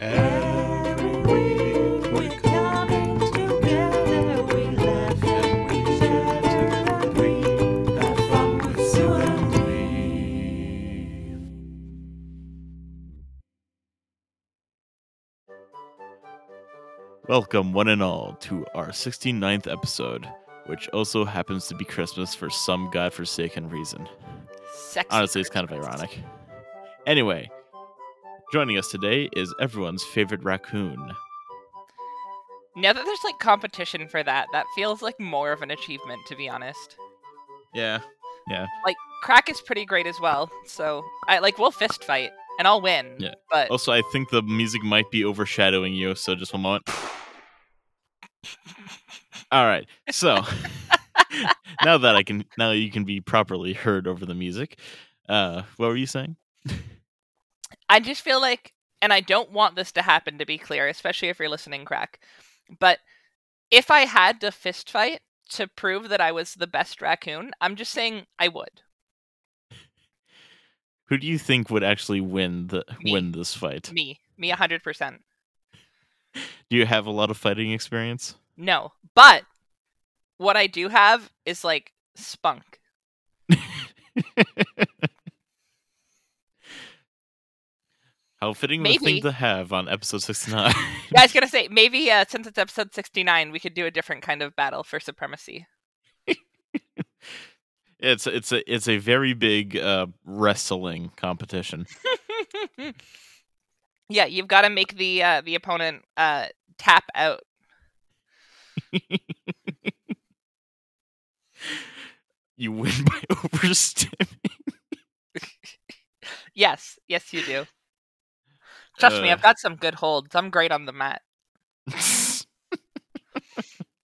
Every week we come together, we laugh and we chatter and we have fun with Sue and me. Welcome, one and all, to our 69th episode, which also happens to be Christmas for some godforsaken reason. Sexy. Honestly, it's kind of Christmas. ironic. Anyway, joining us today is everyone's favorite raccoon. Now that there's like competition for that, that feels like more of an achievement, to be honest. Yeah. Like crack is pretty great as well, so I like we'll fist fight and I'll win. Yeah. Oh. But Also, I think the music might be overshadowing you, so just one moment. All right. So, now that I can now you can be properly heard over the music. Uh, what were you saying? I just feel like, and I don't want this to happen, to be clear, especially if you're listening, crack. But if I had to fist fight to prove that I was the best raccoon, I'm just saying I would. Who do you think would actually win the Me. win this fight? Me, me, hundred percent. Do you have a lot of fighting experience? No, but what I do have is like spunk. How fitting would a Maybe. thing to have on episode 69. Yeah, I was gonna say maybe uh, since it's episode sixty nine, we could do a different kind of battle for supremacy. it's it's a it's a very big uh, wrestling competition. yeah, you've got to make the uh, the opponent uh, tap out. You win by overstep. Yes, yes, you do. Trust me, Uh. I've got some good holds. I'm great on the mat.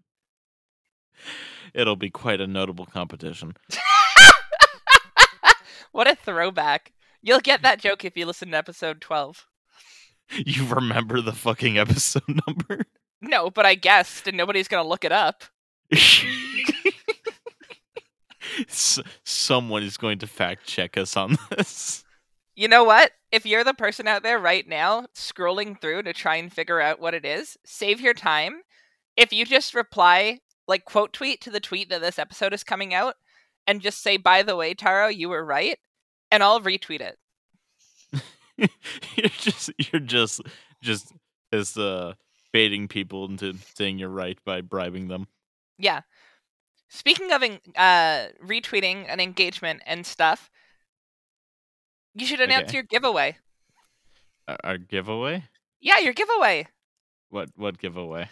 It'll be quite a notable competition. What a throwback! You'll get that joke if you listen to episode twelve. You remember the fucking episode number? No, but I guessed, and nobody's gonna look it up. S- someone is going to fact check us on this. You know what? If you're the person out there right now scrolling through to try and figure out what it is, save your time. If you just reply, like, quote tweet to the tweet that this episode is coming out and just say, by the way, Taro, you were right, and I'll retweet it. you're just you're just just as uh baiting people into saying you're right by bribing them. Yeah. Speaking of en- uh, retweeting and engagement and stuff, you should announce Okay. your giveaway. Our, our giveaway? Yeah, your giveaway. What what giveaway?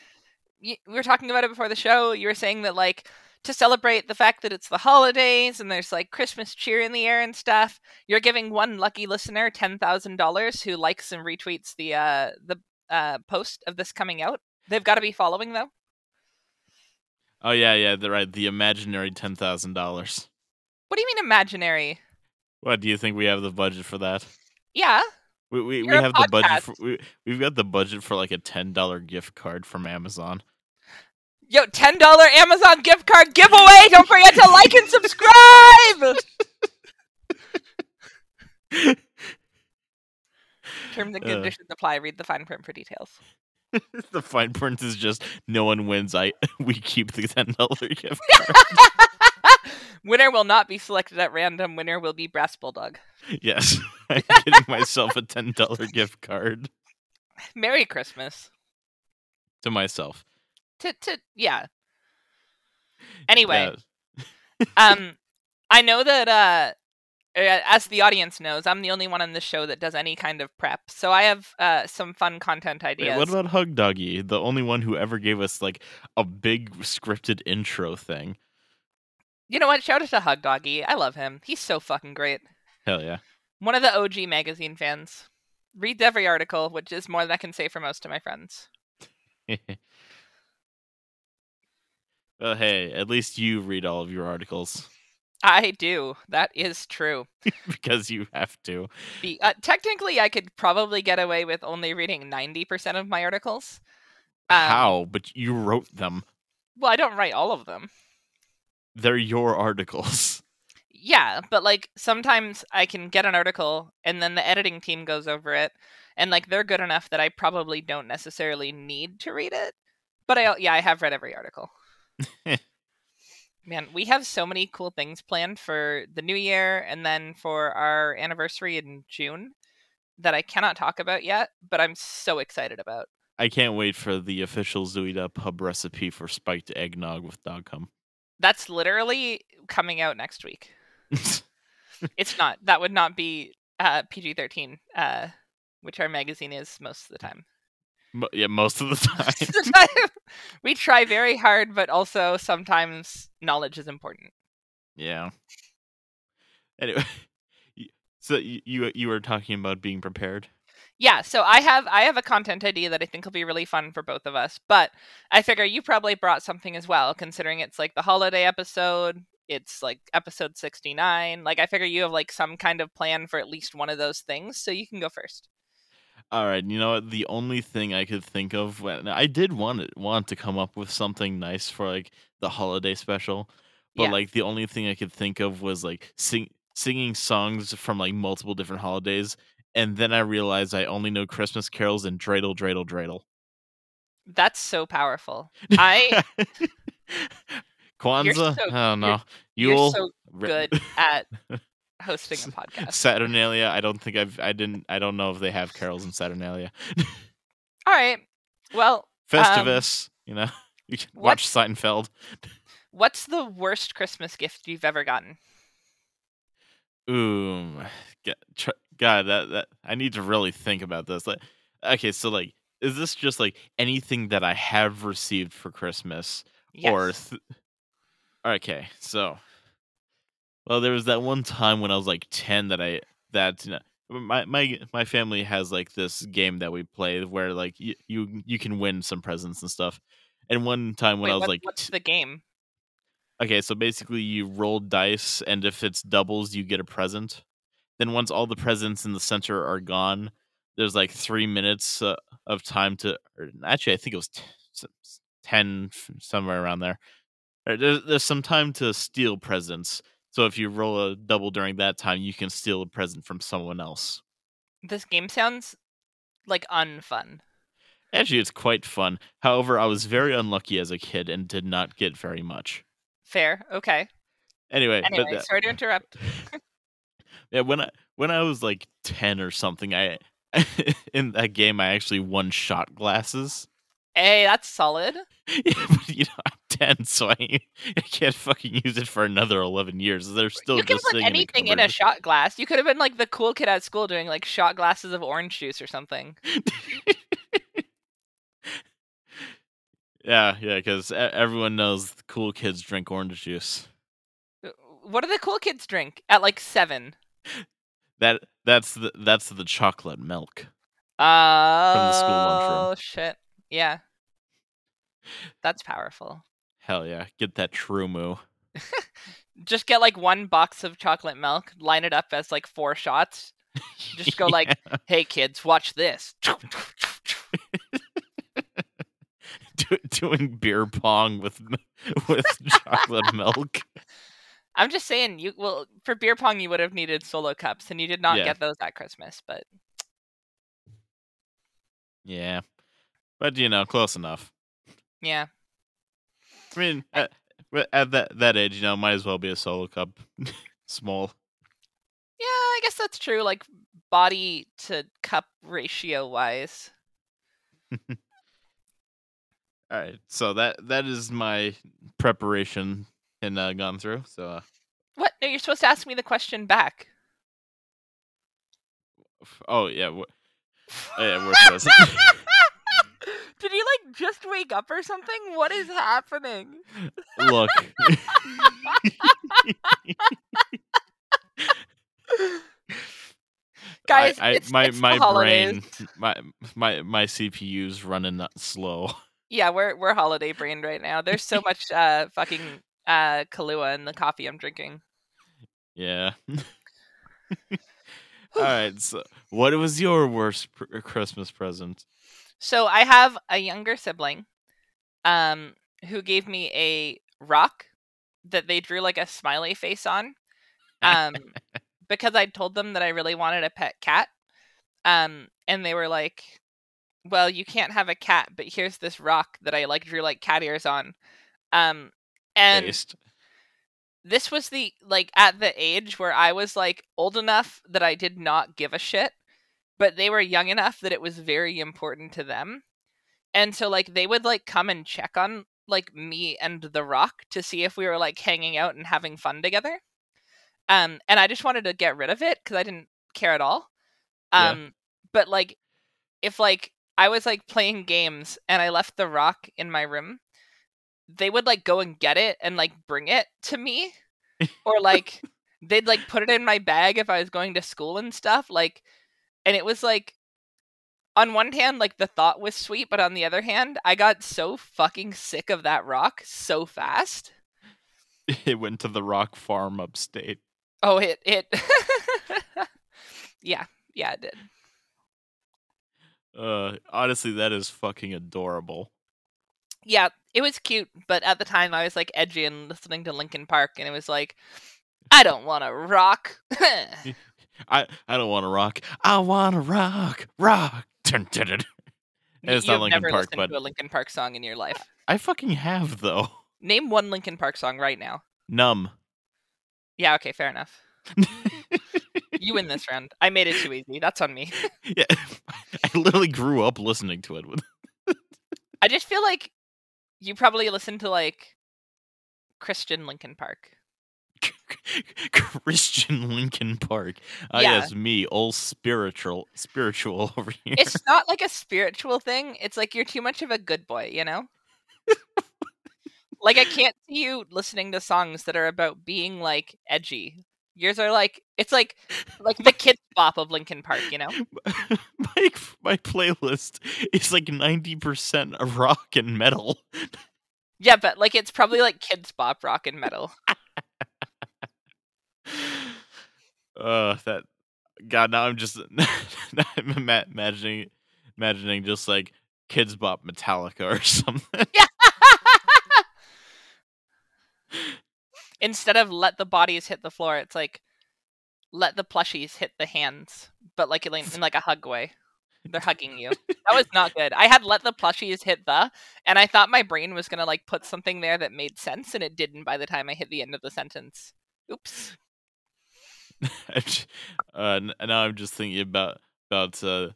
y- we were talking about it before the show. You were saying that like to celebrate the fact that it's the holidays and there's like Christmas cheer in the air and stuff. You're giving one lucky listener ten thousand dollars who likes and retweets the uh the uh post of this coming out. They've got to be following though. Oh yeah, yeah, the right, the imaginary ten thousand dollars. What do you mean imaginary? What do you think we have the budget for that? Yeah, We we, we You're a have the budget for, podcast. we, we've got the budget for like a ten dollar gift card from Amazon. yo, ten dollar Amazon gift card giveaway. Don't forget to like and subscribe. Terms and Uh. conditions apply. Read the fine print for details. the fine print is just no one wins. I we keep the ten dollar gift. Winner will not be selected at random. Winner will be Brass Bulldog. yes, I'm getting myself a ten dollar gift card Merry Christmas. to myself. To to yeah. Anyway, Yeah. um, I know that uh, uh, as the audience knows, I'm the only one on this show that does any kind of prep. So I have uh some fun content Wait, ideas. what about Hug Doggy, the only one who ever gave us like a big scripted intro thing? you know what? Shout out to Hug Doggy. I love him. He's so fucking great. Hell yeah. One of the OG magazine fans. Reads every article, which is more than I can say for most of my friends. well, hey, at least you read all of your articles I do. That is true. because you have to. Be- uh, technically, I could probably get away with only reading 90% of my articles. Um, How? But you wrote them. Well, I don't write all of them. They're your articles. Yeah, but like sometimes I can get an article and then the editing team goes over it and like they're good enough that I probably don't necessarily need to read it. But I yeah, I have read every article. Man, we have so many cool things planned for the new year and then for our anniversary in June that I cannot talk about yet, but I'm so excited about. I can't wait for the official Zooida pub recipe for spiked eggnog with dog cum. That's literally coming out next week. It's not. That would not be uh, PG 13, uh, which our magazine is most of the time. Mo- yeah, most of the time. Sometimes- we try very hard, but also sometimes knowledge is important. Yeah. Anyway, y- so y- you you were talking about being prepared. Yeah, so I have I have a content idea that I think will be really fun for both of us, but I figure you probably brought something as well, considering it's like the holiday episode. It's like episode sixty nine. Like I figure you have like some kind of plan for at least one of those things, so you can go first. All right, you know what? The only thing I could think of when I did want it, want to come up with something nice for like the holiday special, but Yeah. like the only thing I could think of was like sing singing songs from like multiple different holidays, and then I realized I only know Christmas carols and dreidel dreidel dreidel. That's so powerful. I Kwanzaa, so- I don't know. you're Yule, so Re- good at hosting a podcast. Saturnalia. I don't think I've. I didn't. I don't know if they have carols in Saturnalia. All right. Well, Festivus. you know, you can watch Um, what's- Seinfeld. what's the worst Christmas gift you've ever gotten? Ooh, God, tr- God, that that I need to really think about this. Like, okay, so like, is this just like anything that I have received for Christmas, or Yes. th- okay, so well, there was that one time when I was like ten that I that you know, my my my family has like this game that we play where like you you, you can win some presents and stuff. And one time when Wait, I was what- like what's t- the game? Okay, so basically you roll dice, and if it's doubles, you get a present. Then once all the presents in the center are gone, there's like three minutes uh, of time to. Or actually, I think it was t- s- s- ten, f- somewhere around there. Or There's, there's some time to steal presents. So if you roll a double during that time, you can steal a present from someone else. This game sounds like unfun. Actually, it's quite fun. However, I was very unlucky as a kid and did not get very much. Fair. Okay. Anyway, Eh, but Anyway, that- sorry to interrupt. Yeah, when I when I was like ten or something, I in that game I actually won shot glasses. Hey, that's solid. Yeah, but you know I'm ten, so I, ain't- I can't fucking use it for another eleven years. They're still You can just put sitting anything in, in a a shot glass. You could have been like the cool kid at school doing like shot glasses of orange juice or something. yeah, yeah, because everyone knows the cool kids drink orange juice. Uh, What do the cool kids drink at like seven? That that's the that's the chocolate milk. Uh, school lunchroom. Oh shit! Yeah, that's powerful. Hell yeah, get that true moo. Just get like one box of chocolate milk, line it up as like four shots. Just go like, "Hey kids, watch this." Do, doing beer pong with with chocolate milk. I'm just saying, you well for beer pong you would have needed solo cups, and you did not Yeah. get those at Christmas. But Yeah, but you know, close enough. yeah, I mean, at, w- at that that age, you know, might as well be a solo cup, small. yeah, I guess that's true. Like body to cup ratio wise. All right, so that that is my preparation and uh, gone through. So uh, What? No, you're supposed to ask me the question back. f- oh yeah, w- oh, yeah, we're supposed- Did he like just wake up or something? What is happening? look, Guys, I, I, it's- my it's the my holidays. brain, my my my CPU's running that slow. Yeah, we're we're holiday brained right now. There's so much uh fucking uh Kahlua in the coffee I'm drinking. Yeah. All right. So, what was your worst pr- Christmas present? So I have a younger sibling, um, who gave me a rock that they drew like a smiley face on, um, because I told them that I really wanted a pet cat, Um, and they were like, "Well, you can't have a cat, but here's this rock that I like drew like cat ears on." Um, and Based. this was the like at the age where I was like old enough that I did not give a shit, but they were young enough that it was very important to them. And so like they would like come and check on like me and the rock to see if we were like hanging out and having fun together. Um and I just wanted to get rid of it cuz I didn't care at all. Yeah. Um but like if like I was like playing games and I left the rock in my room, they would like go and get it and like bring it to me or like they'd like put it in my bag if I was going to school and stuff like and it was like on one hand like the thought was sweet but on the other hand I got so fucking sick of that rock so fast It went to the rock farm upstate. oh it it yeah yeah it did Uh, honestly, that is fucking adorable. yeah, it was cute, but at the time I was like edgy and listening to Linkin Park, and it was like, I don't want to rock. I I don't want to rock. I want to rock, rock. Dun, dun, dun. it's not You've Linkin never Park, listened but- to a Linkin Park song in your life. I fucking have though. Name one Linkin Park song right now. Numb. Yeah, okay, fair enough. You win this round. I made it too easy. That's on me. yeah, I literally grew up listening to it. With I just feel like you probably listened to like Christian Linkin Park. Christian Linkin Park. Ah, Yeah. yes, me, all spiritual, spiritual over here. It's not like a spiritual thing. It's like you're too much of a good boy, you know? like I can't see you listening to songs that are about being like edgy. Yours are like it's like like the kids bop of Linkin Park, you know? my my playlist is like ninety percent rock and metal. Yeah, but like it's probably like kids bop rock and metal. Uh, that God. Now I'm just now I'm ima- imagining imagining just like Kids Bop Metallica or something. Instead of let the bodies hit the floor, it's like let the plushies hit the hands, but like in in, like a hug way. They're hugging you. That was not good. I had let the plushies hit the, and I thought my brain was gonna like put something there that made sense, and it didn't. By the time I hit the end of the sentence, oops. I'm j- uh, n- now I'm just thinking about about uh, uh,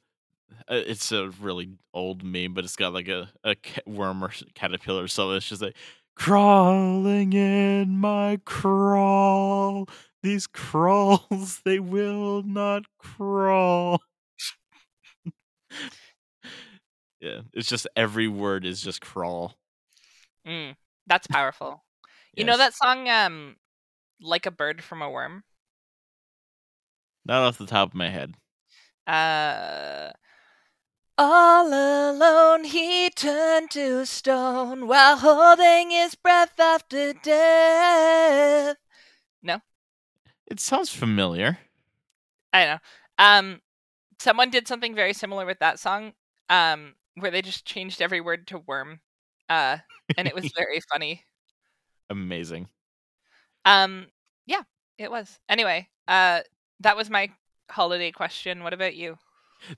it's a really old meme, but it's got like a a ca- worm or s- caterpillar or something. It's just like crawling in my crawl. These crawls they will not crawl. yeah, it's just every word is just crawl. Mm, that's powerful. You know Yes. that song, um, like a bird from a worm. Not off the top of my head. Uh, all alone, he turned to stone while holding his breath after death. It sounds familiar. I don't know. Um, someone did something very similar with that song, um, where they just changed every word to worm, uh, and it was very funny. Amazing. Um, yeah, it was. Anyway, uh, that was my holiday question. What about you?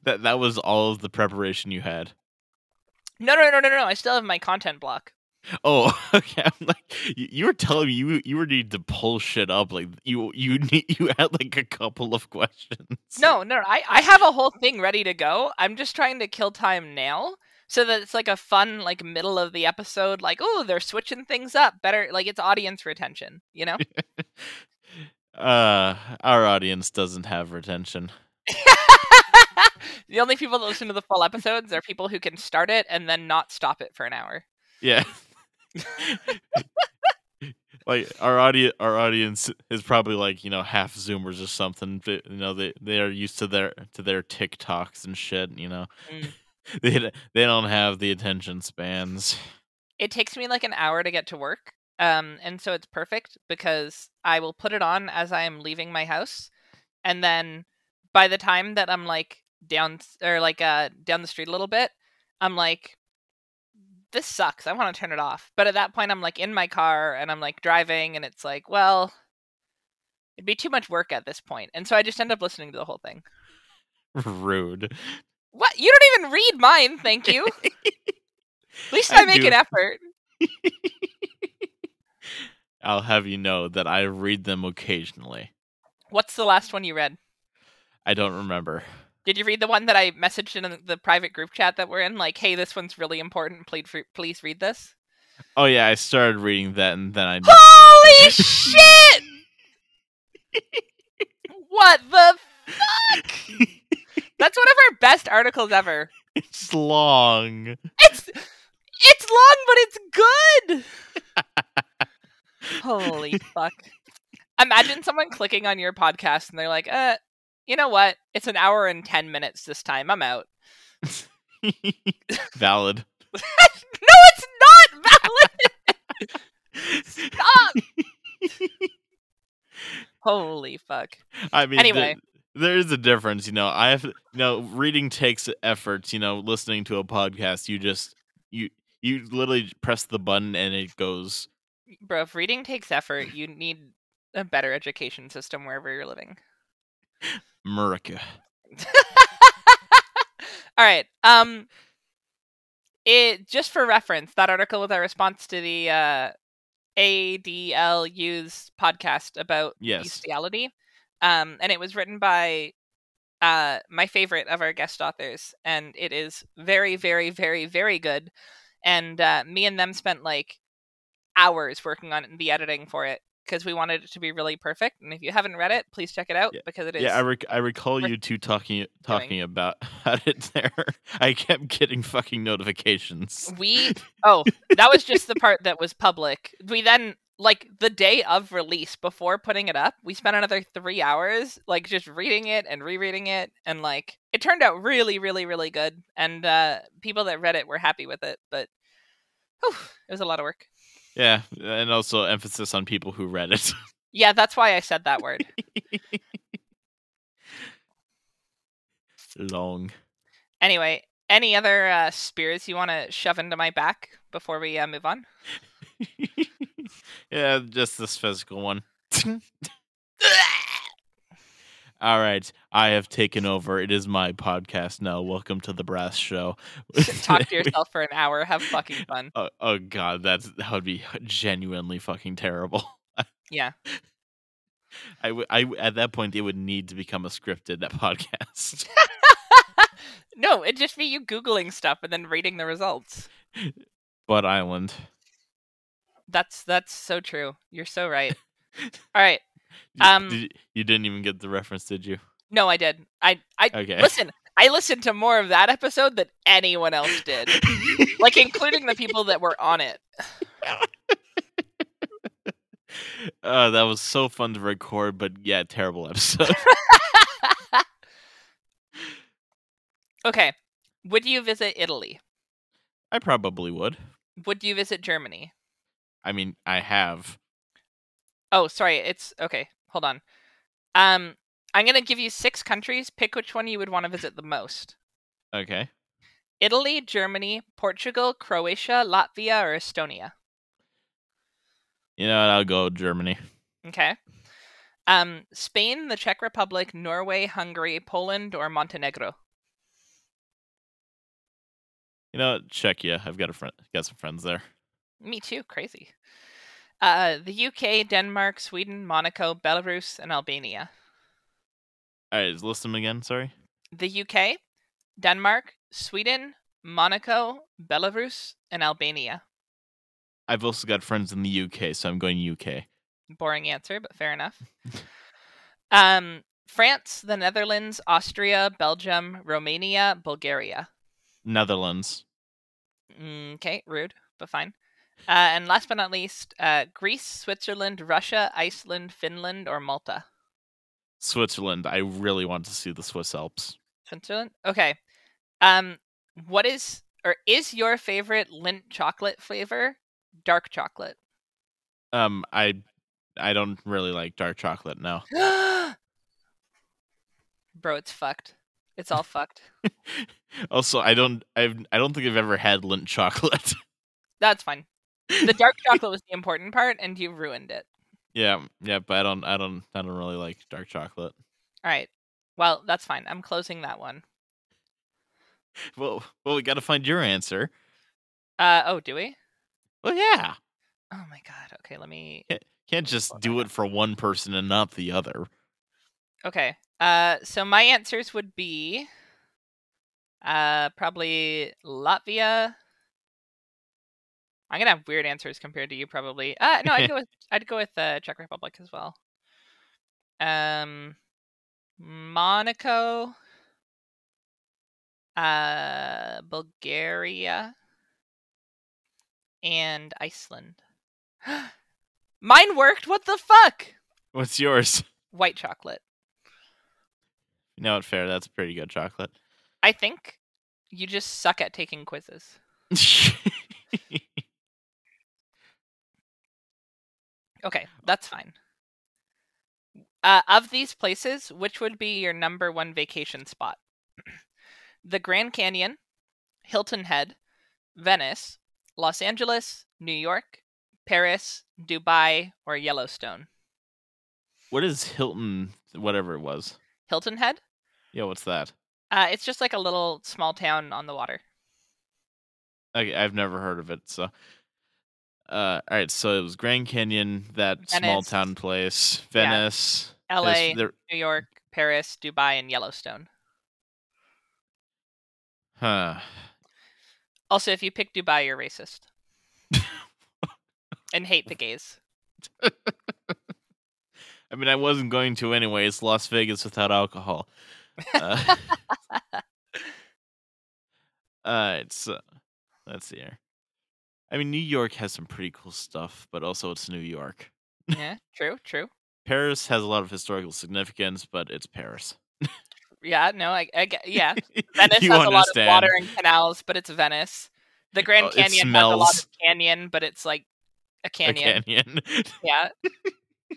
That that was all of the preparation you had. No, no, no, no, no. I still have my content block. Oh, okay. I'm like you, you were telling me you you were need to pull shit up. Like you you need you had like a couple of questions. No, no, I, I have a whole thing ready to go. I'm just trying to kill time now so that it's like a fun, like middle of the episode, like, oh, they're switching things up better. Like it's audience retention, you know? Uh, our audience doesn't have retention. the only people that listen to the full episodes are people who can start it and then not stop it for an hour. Yeah. like our audience our audience is probably like, you know, half zoomers or something. But, you know, they they are used to their to their TikToks and shit, you know. Mm. they d- they don't have the attention spans. It takes me like an hour to get to work. Um, and so it's perfect because I will put it on as I am leaving my house. And then by the time that I'm like down s- or like uh down the street a little bit, I'm like this sucks. I want to turn it off. But at that point I'm like in my car and I'm like driving and it's like, well, it'd be too much work at this point. And so I just end up listening to the whole thing. Rude. What? You don't even read mine, thank you. At least I, I make do. an effort. I'll have you know that I read them occasionally. What's the last one you read? I don't remember. Did you read the one that I messaged in the private group chat that we're in? Like, hey, this one's really important. Please, re- please read this. Oh yeah, I started reading that and then I didn't finish Holy it. shit! What the fuck? That's one of our best articles ever. It's long. It's it's long, but it's good. Holy fuck! Imagine someone clicking on your podcast and they're like, "Uh, you know what? It's an hour and ten minutes this time. I'm out." Valid. No, it's not valid. Stop. Holy fuck! I mean, Anyway. the- there is a difference, you know. I have, you know, reading takes effort. You know, listening to a podcast, you just you you literally press the button and it goes. Bro, if reading takes effort, you need a better education system wherever you're living. America. All right. Um it just for reference, that article was our response to the uh ADLU's podcast about Yes. bestiality. Um and it was written by uh my favorite of our guest authors and it is very very very very good and uh me and them spent like hours working on the editing for it because we wanted it to be really perfect and if you haven't read it please check it out Yeah. because it is Yeah, I, rec- I recall worth you two talking talking about it there. I kept getting fucking notifications. We oh, that was just the part that was public. We then like the day of release before putting it up, we spent another 3 hours like just reading it and rereading it and like it turned out really really really good and uh people that read it were happy with it, but whew, it was a lot of work. Yeah, and also emphasis on people who read it. Yeah, that's why I said that word. Long. Anyway, any other uh spears you want to shove into my back before we uh, move on? yeah, just this physical one. All right, I have taken over. It is my podcast now. Welcome to the Brass Show. Talk to yourself for an hour, have fucking fun. oh, oh God, that's that would be genuinely fucking terrible. Yeah. I, w- I w- at that point it would need to become a scripted podcast. No, it'd just be you googling stuff and then reading the results. Bud Island. That's that's so true. You're so right. All right. You- Um, did- you didn't even get the reference, did you? No, I did. I I Okay. listen. I listened to more of that episode than anyone else did, like including the people that were on it. Uh, that was so fun to record, but yeah, terrible episode. Okay. Would you visit Italy? I probably would. Would you visit Germany? I mean, I have. Oh, sorry. It's okay. Hold on. Um, I'm gonna give you six countries. Pick which one you would want to visit the most. Okay. Italy, Germany, Portugal, Croatia, Latvia, or Estonia. You know, what, I'll go Germany. Okay. Um, Spain, the Czech Republic, Norway, Hungary, Poland, or Montenegro. You know, what, Czechia. I've got a friend, got some friends there. Me too. Crazy. Uh, the UK, Denmark, Sweden, Monaco, Belarus, and Albania. All right, just list them again. Sorry. The UK, Denmark, Sweden, Monaco, Belarus, and Albania. I've also got friends in the UK, so I'm going UK. Boring answer, but fair enough. Um, France, the Netherlands, Austria, Belgium, Romania, Bulgaria. Netherlands. Mm, Okay, rude, but fine. Uh, and last but not least, uh, Greece, Switzerland, Russia, Iceland, Finland, or Malta. Switzerland. I really want to see the Swiss Alps. Switzerland. Okay. Um, what is or is your favorite Lindt chocolate flavor? Dark chocolate. Um, I, I don't really like dark chocolate. No. Bro, it's fucked. It's all fucked. Also, I don't. I've. I don't think I've ever had Lindt chocolate. That's fine. The dark chocolate was the important part, and you ruined it. yeah. Yeah. But I don't. I don't. I don't really like dark chocolate. All right. Well, that's fine. I'm closing that one. Well, well, we got to find your answer. Uh oh, do we? Well, yeah, Oh my god. Okay, let me can't just Hold do on. it for one person and not the other. Okay. Uh, so my answers would be uh, probably Latvia. I'm gonna have weird answers compared to you, probably. Uh, no, I'd go with I'd go with uh, Czech Republic as well. Um, Monaco, uh, Bulgaria, and Iceland. Mine worked. What the fuck? What's yours? White chocolate. You know what? Fair. That's pretty good chocolate. I think you just suck at taking quizzes. Okay, that's fine. Uh, of these places, which would be your number one vacation spot? the Grand Canyon, Hilton Head, Venice, Los Angeles, New York, Paris, Dubai, or Yellowstone. what is Hilton? Whatever it was. Hilton Head? Yeah, what's that? Uh, it's just like a little small town on the water. Okay, I've never heard of it. So, uh, all right. So it was Grand Canyon, that small Venice. town place, Yeah. Venice, there's- LA, there- New York, Paris, Dubai, and Yellowstone. huh? Also, if you pick Dubai, you're racist. and hate the gays. I mean, I wasn't going to anyway. It's Las Vegas without alcohol. Uh, uh, it's uh, let's see here. I mean, New York has some pretty cool stuff, but also it's New York. yeah, true, true. Paris has a lot of historical significance, but it's Paris. Yeah, no, I, I get- yeah. Venice you understand? has a lot of water and canals, but it's Venice. The Oh, Grand it Canyon has a lot smells. of canyon, but it's like a A canyon. canyon. Yeah.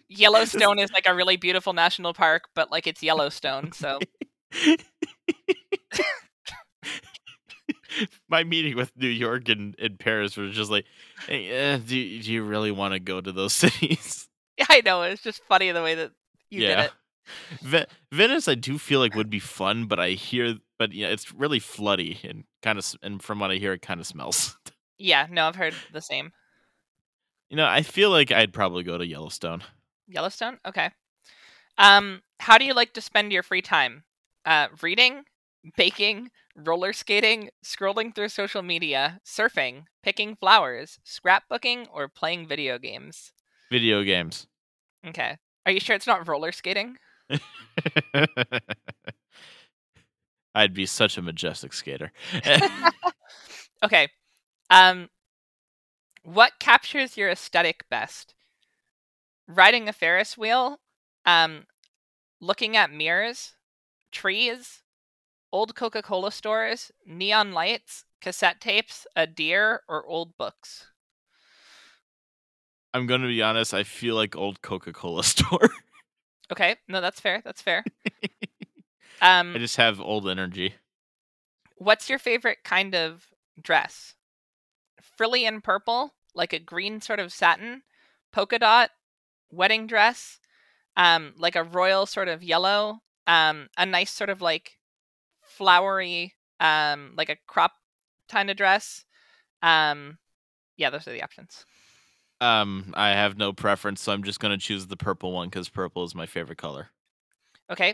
Yellowstone is like a really beautiful national park, but like it's Yellowstone, so My meeting with New York and, and Paris was just like, hey, uh, do, you- do you really want to go to those cities? I know it's just funny the way that you did it. Ve- Venice, I do feel like would be fun, but I hear, but yeah, it's really floody and kind of, and from what I hear, it kind of smells. Yeah, no, I've heard the same. You know, I feel like I'd probably go to Yellowstone. Yellowstone? Okay. Um, how do you like to spend your free time? Uh, reading, baking, roller skating, scrolling through social media, surfing, picking flowers, scrapbooking, or playing video games? Video games. Okay. Are you sure it's not roller skating? I'd be such a majestic skater. Okay. Um, what captures your aesthetic best? Riding a Ferris wheel, um, looking at mirrors, trees, old Coca Cola stores, neon lights, cassette tapes, a deer, or old books. I'm going to be honest. I feel like old Coca Cola store. Okay, no, that's fair. That's fair. I Um, just have old energy. What's your favorite kind of dress? Frilly and purple, like a green sort of satin, polka dot, wedding dress, um, like a royal sort of yellow, um, a nice sort of like flowery, um, like a crop kind of dress. Um, yeah, those are the options. Um, I have no preference, so I'm just going to choose the purple one because purple is my favorite color. Okay.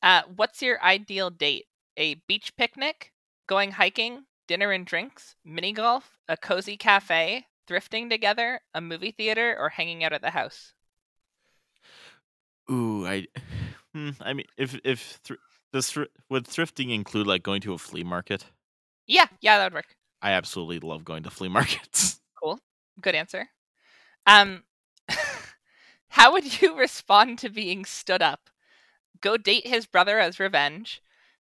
Uh, what's your ideal date? A beach picnic, going hiking, dinner and drinks, mini golf, a cozy cafe, thrifting together, a movie theater, or hanging out at the house? Ooh, I. Hmm, I mean, if if thr- does thr- would thrifting include like going to a flea market? Yeah, yeah, that would work. I absolutely love going to flea markets. Good answer. Um, how would you respond to being stood up? Go date his brother as revenge,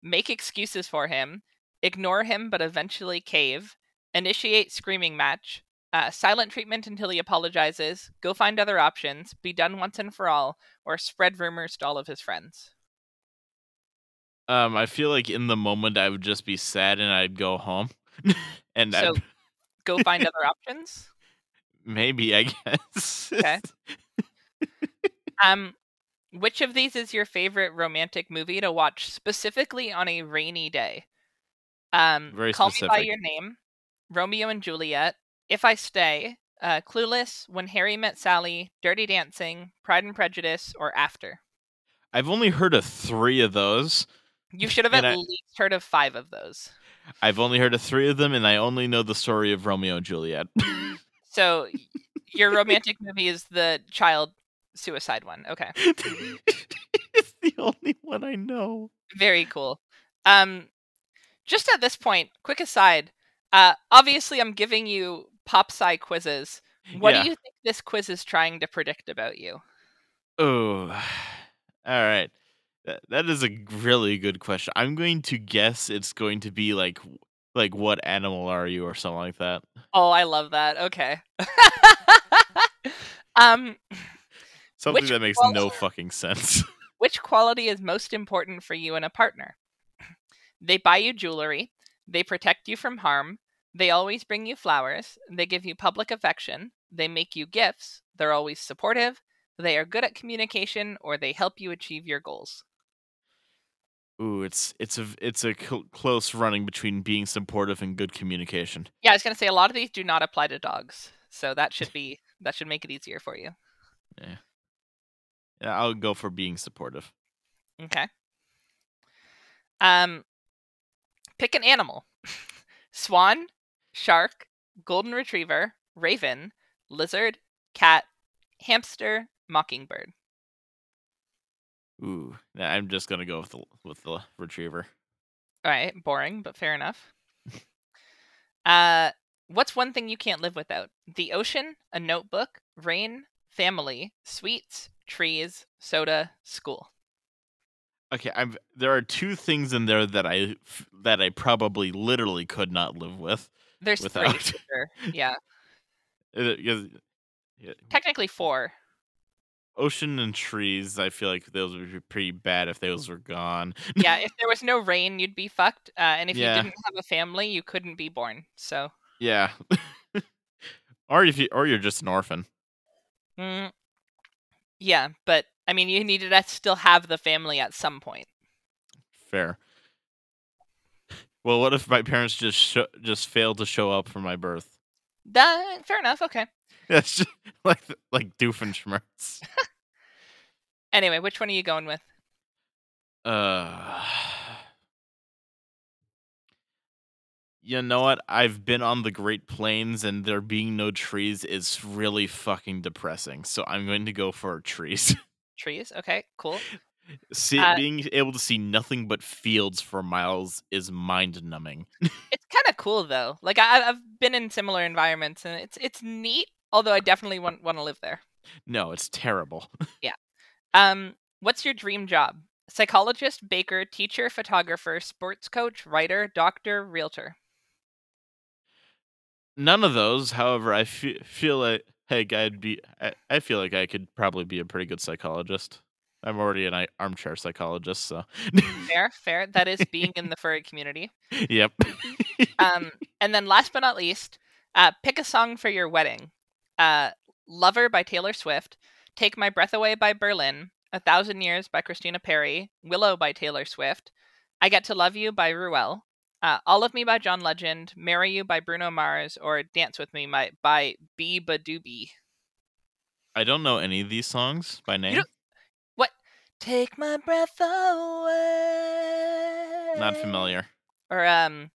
make excuses for him, ignore him but eventually cave, initiate screaming match, uh, silent treatment until he apologizes, go find other options, be done once and for all, or spread rumors to all of his friends. Um, I feel like in the moment I would just be sad and I'd go home, and So- I'd, Go find other options. maybe I guess. Okay. Um, Which of these is your favorite romantic movie to watch specifically on a rainy day? Um, Very Call Me by specific. Your Name, Romeo and Juliet, If I Stay, uh, Clueless, When Harry Met Sally, Dirty Dancing, Pride and Prejudice, or After. I've only heard of three of those. You should have And at I- least heard of five of those. I've only heard of three of them, and I only know the story of Romeo and Juliet. So y- your romantic movie is the child suicide one. Okay. it's the only one I know. Very cool. Um just at this point, quick aside, uh obviously I'm giving you pop sci quizzes. What Yeah. do you think this quiz is trying to predict about you? Oh, all right. That, that is a g- really good question. I'm going to guess it's going to be like, w- like what animal are you or something like that. Oh, I love that. Okay. um Something Which that makes no quality- fucking sense. Which quality is most important for you in a partner? They buy you jewelry, they protect you from harm, they always bring you flowers, they give you public affection, they make you gifts, they're always supportive, they are good at communication, or they help you achieve your goals. Ooh, it's it's a v- it's a cl- close running between being supportive and good communication. Yeah, I was going to say a lot of these do not apply to dogs, so that should be that should make it easier for you. Yeah, I'll go for being supportive. Okay. Um pick an animal. Swan, shark, golden retriever, raven, lizard, cat, hamster, mockingbird. Ooh, nah, I'm just gonna go with the with the retriever. All right, boring, but fair enough. Uh what's one thing you can't live without? The ocean, a notebook, rain, family, sweets, trees, soda, school. Okay, I'm. There are two things in there that I f- that I probably literally could not live with. There's three. Without. For sure. Yeah. Uh, yeah, yeah, Technically four. Ocean and trees. I feel like those would be pretty bad if those were gone. yeah, if there was no rain, you'd be fucked. Uh, and if Yeah. you didn't have a family, you couldn't be born. So, Yeah. or if you or you're just an orphan. mm, yeah, but I mean, you needed to still have the family at some point. Fair. Well, what if my parents just sho just failed to show up for my birth? That, fair enough. Okay. That's just like like Doofenshmirtz. Anyway, which one are you going with? Uh, you know what? I've been on the Great Plains, and there being no trees is really fucking depressing. So I'm going to go for trees. Trees. Okay, cool. see, Uh, being able to see nothing but fields for miles is mind numbing. It's kind of cool though. Like I, I've been in similar environments, and it's it's neat. Although I definitely want want to live there. No, it's terrible. Um, what's your dream job? Psychologist, baker, teacher, photographer, sports coach, writer, doctor, realtor. None of those. However, I fe- feel like heck, I'd be. I, I feel like I could probably be a pretty good psychologist. I'm already an i- armchair psychologist, so Fair, fair. That is being in the furry community. yep. um, and then last but not least, uh, pick a song for your wedding. Uh, Lover by Taylor Swift, Take My Breath Away by Berlin, A Thousand Years by Christina Perry, Willow by Taylor Swift, I Get to Love You by Ruel, uh, All of Me by John Legend, Marry You by Bruno Mars, or Dance with Me by, by B. Badoobie. I don't know any of these songs by name. don't- Take My Breath Away. Not familiar. Or, um,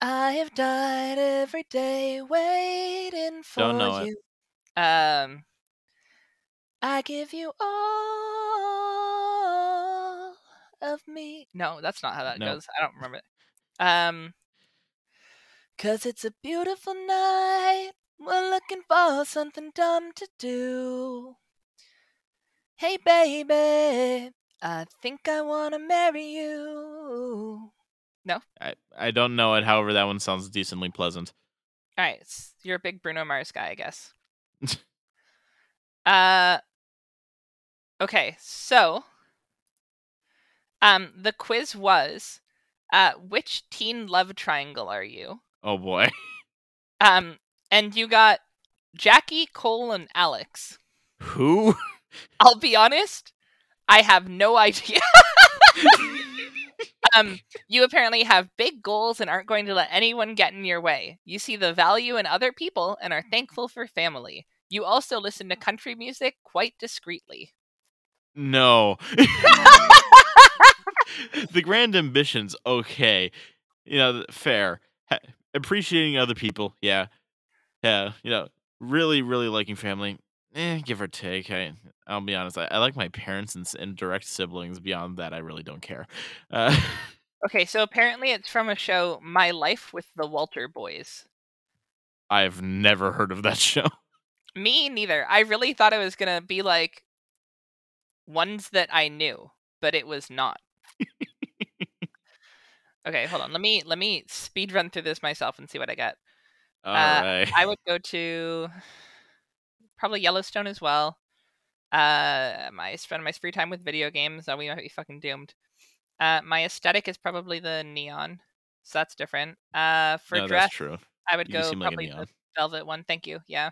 I have died every day waiting for Don't know it. you. Um, I give you all of me. No, that's not how that No. goes. I don't remember it. Um, cause it's a beautiful night. We're looking for something dumb to do. Hey, baby, I think I wanna marry you. I, I don't know it. However, that one sounds decently pleasant. All right, s- you're a big Bruno Mars guy, I guess. uh, okay, so, um, the quiz was, uh, which teen love triangle are you? Oh boy. Um, and you got Jackie, Cole, and Alex. Who? I'll be honest, I have no idea. um, you apparently have big goals and aren't going to let anyone get in your way. You see the value in other people and are thankful for family. You also listen to country music quite discreetly. No. the grand ambitions, okay. You know, th- fair. Ha- appreciating other people, yeah. Yeah, you know, really, really liking family, eh, give or take. I, I'll be honest, I, I like my parents and, s- and direct siblings. Beyond that, I really don't care. Uh, Okay, so apparently it's from a show, My Life with the Walter Boys. I've never heard of that show. Me neither. I really thought it was going to be like ones that I knew, but it was not. okay, hold on. Let me let me speed run through this myself and see what I got. All right. Uh, I would go to probably Yellowstone as well. Uh, my spend my free time with video games. Oh, we might be fucking doomed. Uh, my aesthetic is probably the neon, so that's different. Uh, for no, dress, that's true. I would You go seem like a probably neon. the velvet one. Thank you. Yeah.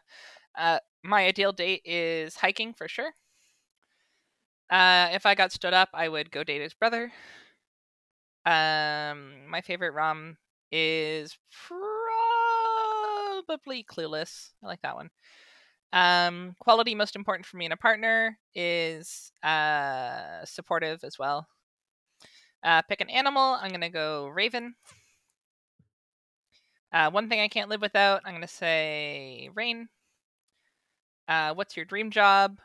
Uh, my ideal date is hiking for sure. Uh, if I got stood up, I would go date his brother. Um, my favorite rom is probably Clueless. I like that one. Um, quality most important for me in a partner is uh supportive as well. Uh, pick an animal. I'm gonna go raven. Uh, one thing I can't live without, I'm going to say rain. Uh, what's your dream job?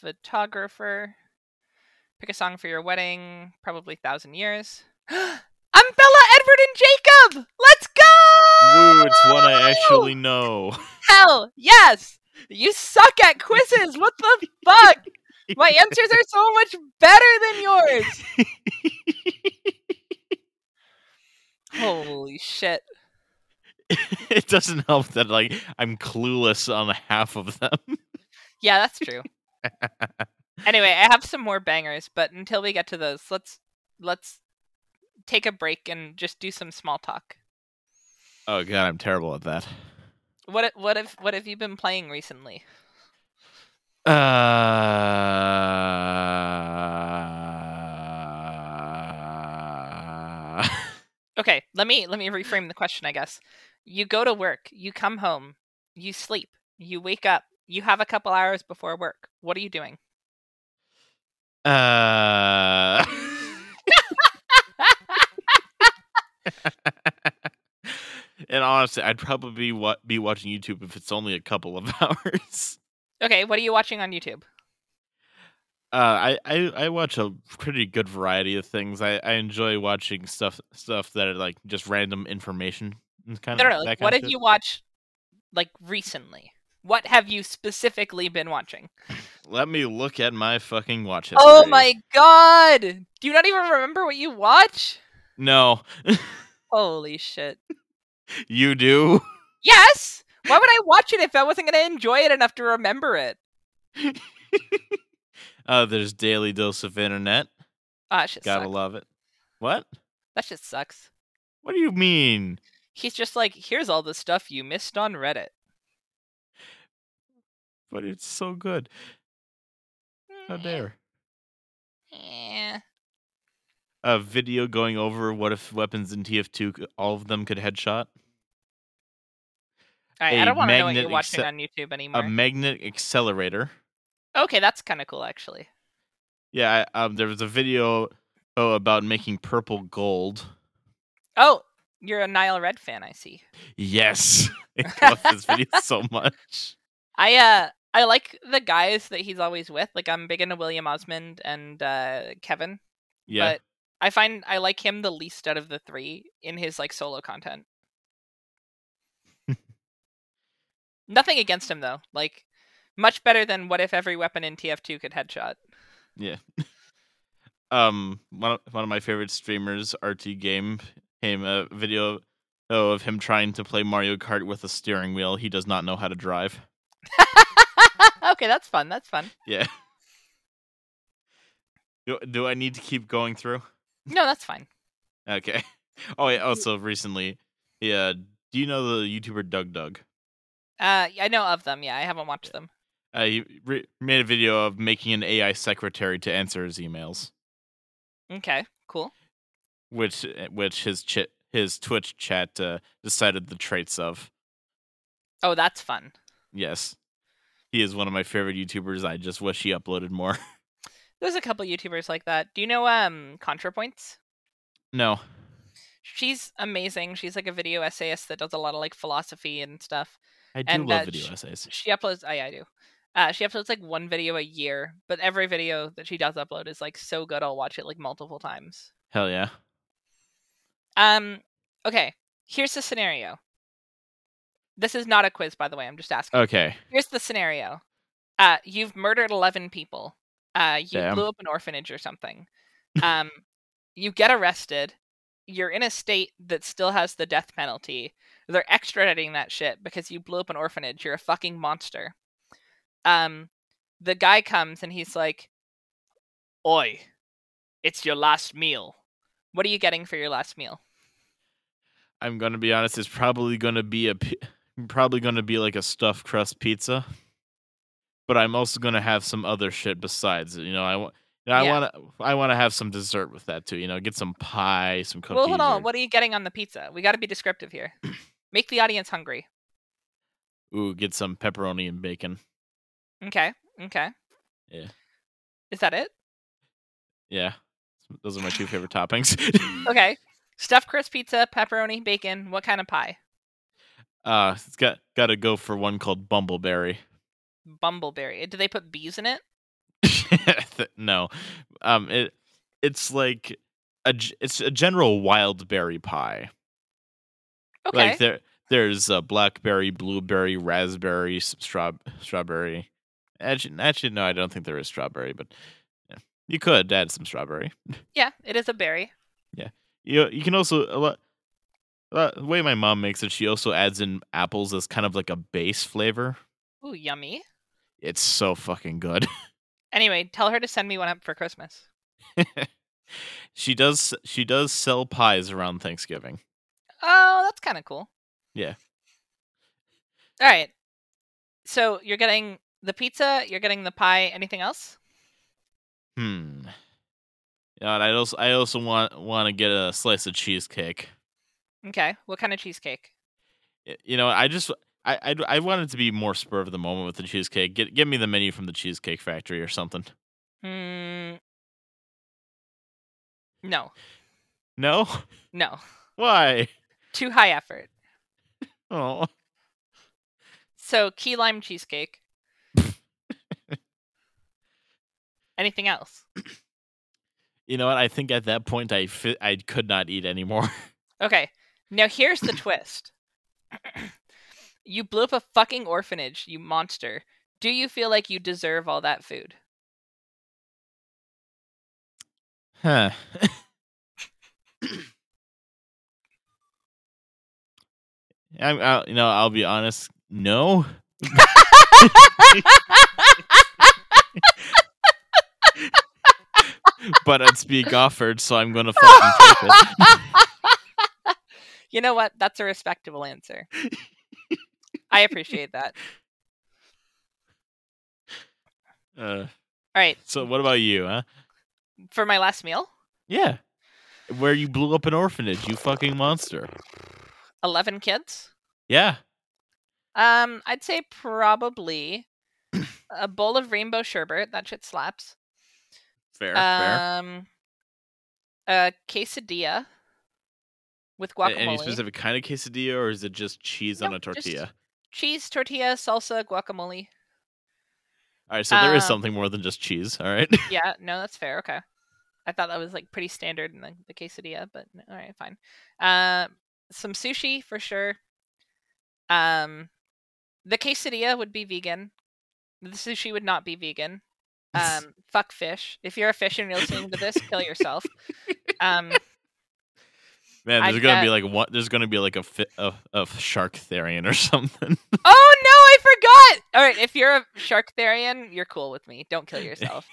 Photographer. Pick a song for your wedding, probably Thousand Years. I'm Bella, Edward, and Jacob! Let's go! Woo, it's one I actually know. Hell, yes! You suck at quizzes! What the fuck? My answers are so much better than yours! Holy shit. it doesn't help that like I'm clueless on half of them. Yeah, that's true. anyway, I have some more bangers, but until we get to those, let's let's take a break and just do some small talk. Oh god, I'm terrible at that. What a- what have what have you been playing recently? Uh... Okay, let me let me reframe the question, I guess. You go to work, you come home, you sleep, you wake up, you have a couple hours before work. What are you doing? Uh... and honestly, I'd probably be, wa- be watching YouTube if it's only a couple of hours. Okay, what are you watching on YouTube? Uh, I, I I watch a pretty good variety of things. I, I enjoy watching stuff stuff that are like just random information and kind No, of no, no. that Like, kind what of did shit. you watch like recently? What have you specifically been watching? Let me look at my fucking watch history. Oh my god! Do you not even remember what you watch? No, Holy shit. you do. Yes! Why would I watch it if I wasn't going to enjoy it enough to remember it? Uh, there's daily dose of internet. Ah, that shit Gotta sucks. love it. What? That shit sucks. What do you mean? He's just like, here's all the stuff you missed on Reddit. But it's so good. How dare. Yeah. A video going over what if weapons in TF2 c- all of them could headshot. All right, A I don't want to know what magnet you're watching accept- on YouTube anymore. A magnet accelerator. okay, that's kind of cool, actually. Yeah, I, um, there was a video oh, about making purple gold. Oh, you're a Nile Red fan, I see. Yes, I love this video so much. I uh I like the guys that he's always with. Like I'm big into William Osmond and uh, Kevin. Yeah, But I find I like him the least out of the three in his like solo content. Nothing against him though. Like much better than what if every weapon in TF2 could headshot. um, one of, one of my favorite streamers, RT Game, came a video oh, of him trying to play Mario Kart with a steering wheel. He does not know how to drive. okay, that's fun. That's fun. Yeah. Do, do I need to keep going through? No, that's fine. Okay. Oh, yeah. Also, recently, yeah. Do you know the YouTuber Doug Doug? Uh I know of them. Yeah, I haven't watched them. Uh, he re- made a video of making an AI secretary to answer his emails, Okay, cool. which eh, which his chit his Twitch chat uh, decided the traits of. Oh, that's fun. Yes, he is one of my favorite YouTubers. I just wish he uploaded more. There's a couple YouTubers like that. Do you know um ContraPoints? no, She's amazing. She's like a video essayist that does a lot of like philosophy and stuff. I do And, love uh, video sh- essays. she uploads oh, I I do. Uh, she uploads like one video a year, but every video that she does upload is like so good I'll watch it like multiple times. Hell yeah. Um okay, here's the scenario. This is not a quiz by the way, I'm just asking. Okay. Here's the scenario. Uh you've murdered 11 people. Uh you Damn. blew up an orphanage or something. Um you get arrested. You're in a state that still has the death penalty. They're extraditing that shit because you blew up an orphanage. You're a fucking monster. Um the guy comes and he's like, "Oi. It's your last meal. What are you getting for your last meal?" I'm gonna be honest. It's probably gonna be a pi- probably gonna be like a stuffed crust pizza, but I'm also gonna have some other shit besides. it, You know, I want. I Yeah. want to. I want to have some dessert with that too. You know, get some pie, some cookies. Well, hold or- on. What are you getting on the pizza? We got to be descriptive here. Make the audience hungry. Ooh, get some pepperoni and bacon. Okay. Okay. Yeah. Is that it? Yeah, those are my two favorite toppings. Okay. Stuffed crisp pizza, pepperoni, bacon. What kind of pie? Uh, it's got got to go for one called Bumbleberry. Bumbleberry. Do they put bees in it? Th- no, um, it it's like a g- it's a general wild berry pie. Okay. Like there there's uh, blackberry, blueberry, raspberry, s- straw strawberry. Actually, actually, no, I don't think there is strawberry, but yeah. you could add some strawberry. yeah, it is a berry. You you can also a lot. Uh, the way my mom makes it, she also adds in apples as kind of like a base flavor. Ooh, yummy. It's so fucking good. Anyway, tell her to send me one up for Christmas. she does she does sell pies around Thanksgiving. Oh, that's kind of cool. Yeah. All right. So you're getting the pizza, you're getting the pie. Anything else? Hmm. Yeah, and I also I also want want to get a slice of cheesecake. Okay. What kind of cheesecake? Y- You know, I just I I, I wanted to be more spur of the moment with the cheesecake. Get give me the menu from the Cheesecake Factory or something. Mm. No, No, no. why? Too high effort. Oh, So key lime cheesecake. Anything else? you know what? I think at that point I fi- I could not eat anymore. Okay. Now here's the twist. you blew up a fucking orphanage, you monster. Do you feel like you deserve all that food? Huh. I'm, I, you know, I'll be honest. No. but it's being offered, so I'm gonna fucking take it. you know what? That's a respectable answer. I appreciate that. Uh, All right. so what about you, huh? For my last meal, Yeah, where you blew up an orphanage, you fucking monster. 11 kids. Yeah, Um, I'd say probably a bowl of rainbow sherbet. That shit slaps. fair, fair. Um, a quesadilla with A- guacamole, Any specific kind of quesadilla, or is it just cheese on a Nope, just- tortilla? cheese tortilla, salsa, guacamole. All right, so there is Um, something more than just cheese. All right. yeah, no, that's fair. Okay, I thought that was like pretty standard in the, the quesadilla, but n- all right, fine. Uh, some sushi for sure. Um, the quesadilla would be vegan. The sushi would not be vegan. Um, fuck fish. If you're a fish and you're listening to this, kill yourself. Um, Man, I there's gonna be like what? There's gonna be like a fi- a, a shark therian or something. Oh no, I forgot. All right, if you're a shark therian, you're cool with me. Don't kill yourself.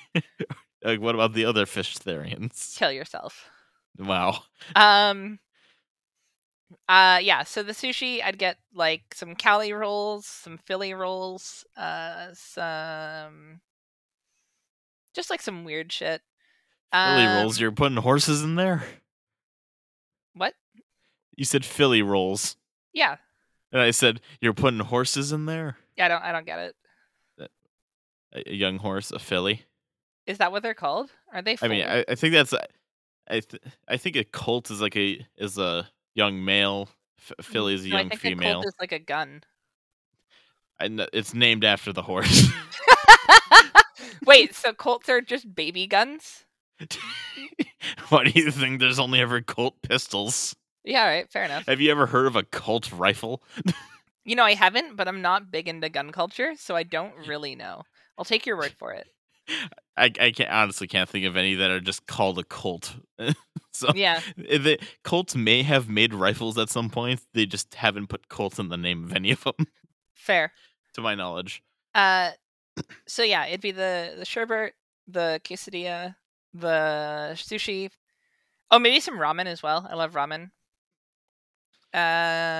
like, what about the other fish therians? kill yourself. Wow. Um Uh, yeah. So the sushi, I'd get like some Cali rolls, some Philly rolls, uh, some just like some weird shit. Philly rolls. Um, You're putting horses in there. What? You said Philly rolls, Yeah. and I said you're putting horses in there. Yeah. I don't. I don't get it. A, a young horse, a filly. Is that what they're called? Are they? I mean, full? I, I think that's. I th- I think a colt is like a is a young male. F- filly is a Mm, No, young Mm-hmm. I think A female, colt is like a gun. and th- it's named after the horse. Wait. So colts are just baby guns? Why do you think there's only ever Colt pistols? Yeah. all Right. Fair enough. Have you ever heard of a Colt rifle? You know, I haven't, but I'm not big into gun culture, so I don't really know. I'll take your word for it. I, I can't honestly can't think of any that are just called a Colt. so Yeah. the Colts may have made rifles at some point. They just haven't put Colt in the name of any of them, Fair. to my knowledge. Uh, so yeah, it'd be the the sherbet, the quesadilla, the sushi. Oh, maybe some ramen as well. I love ramen. Um,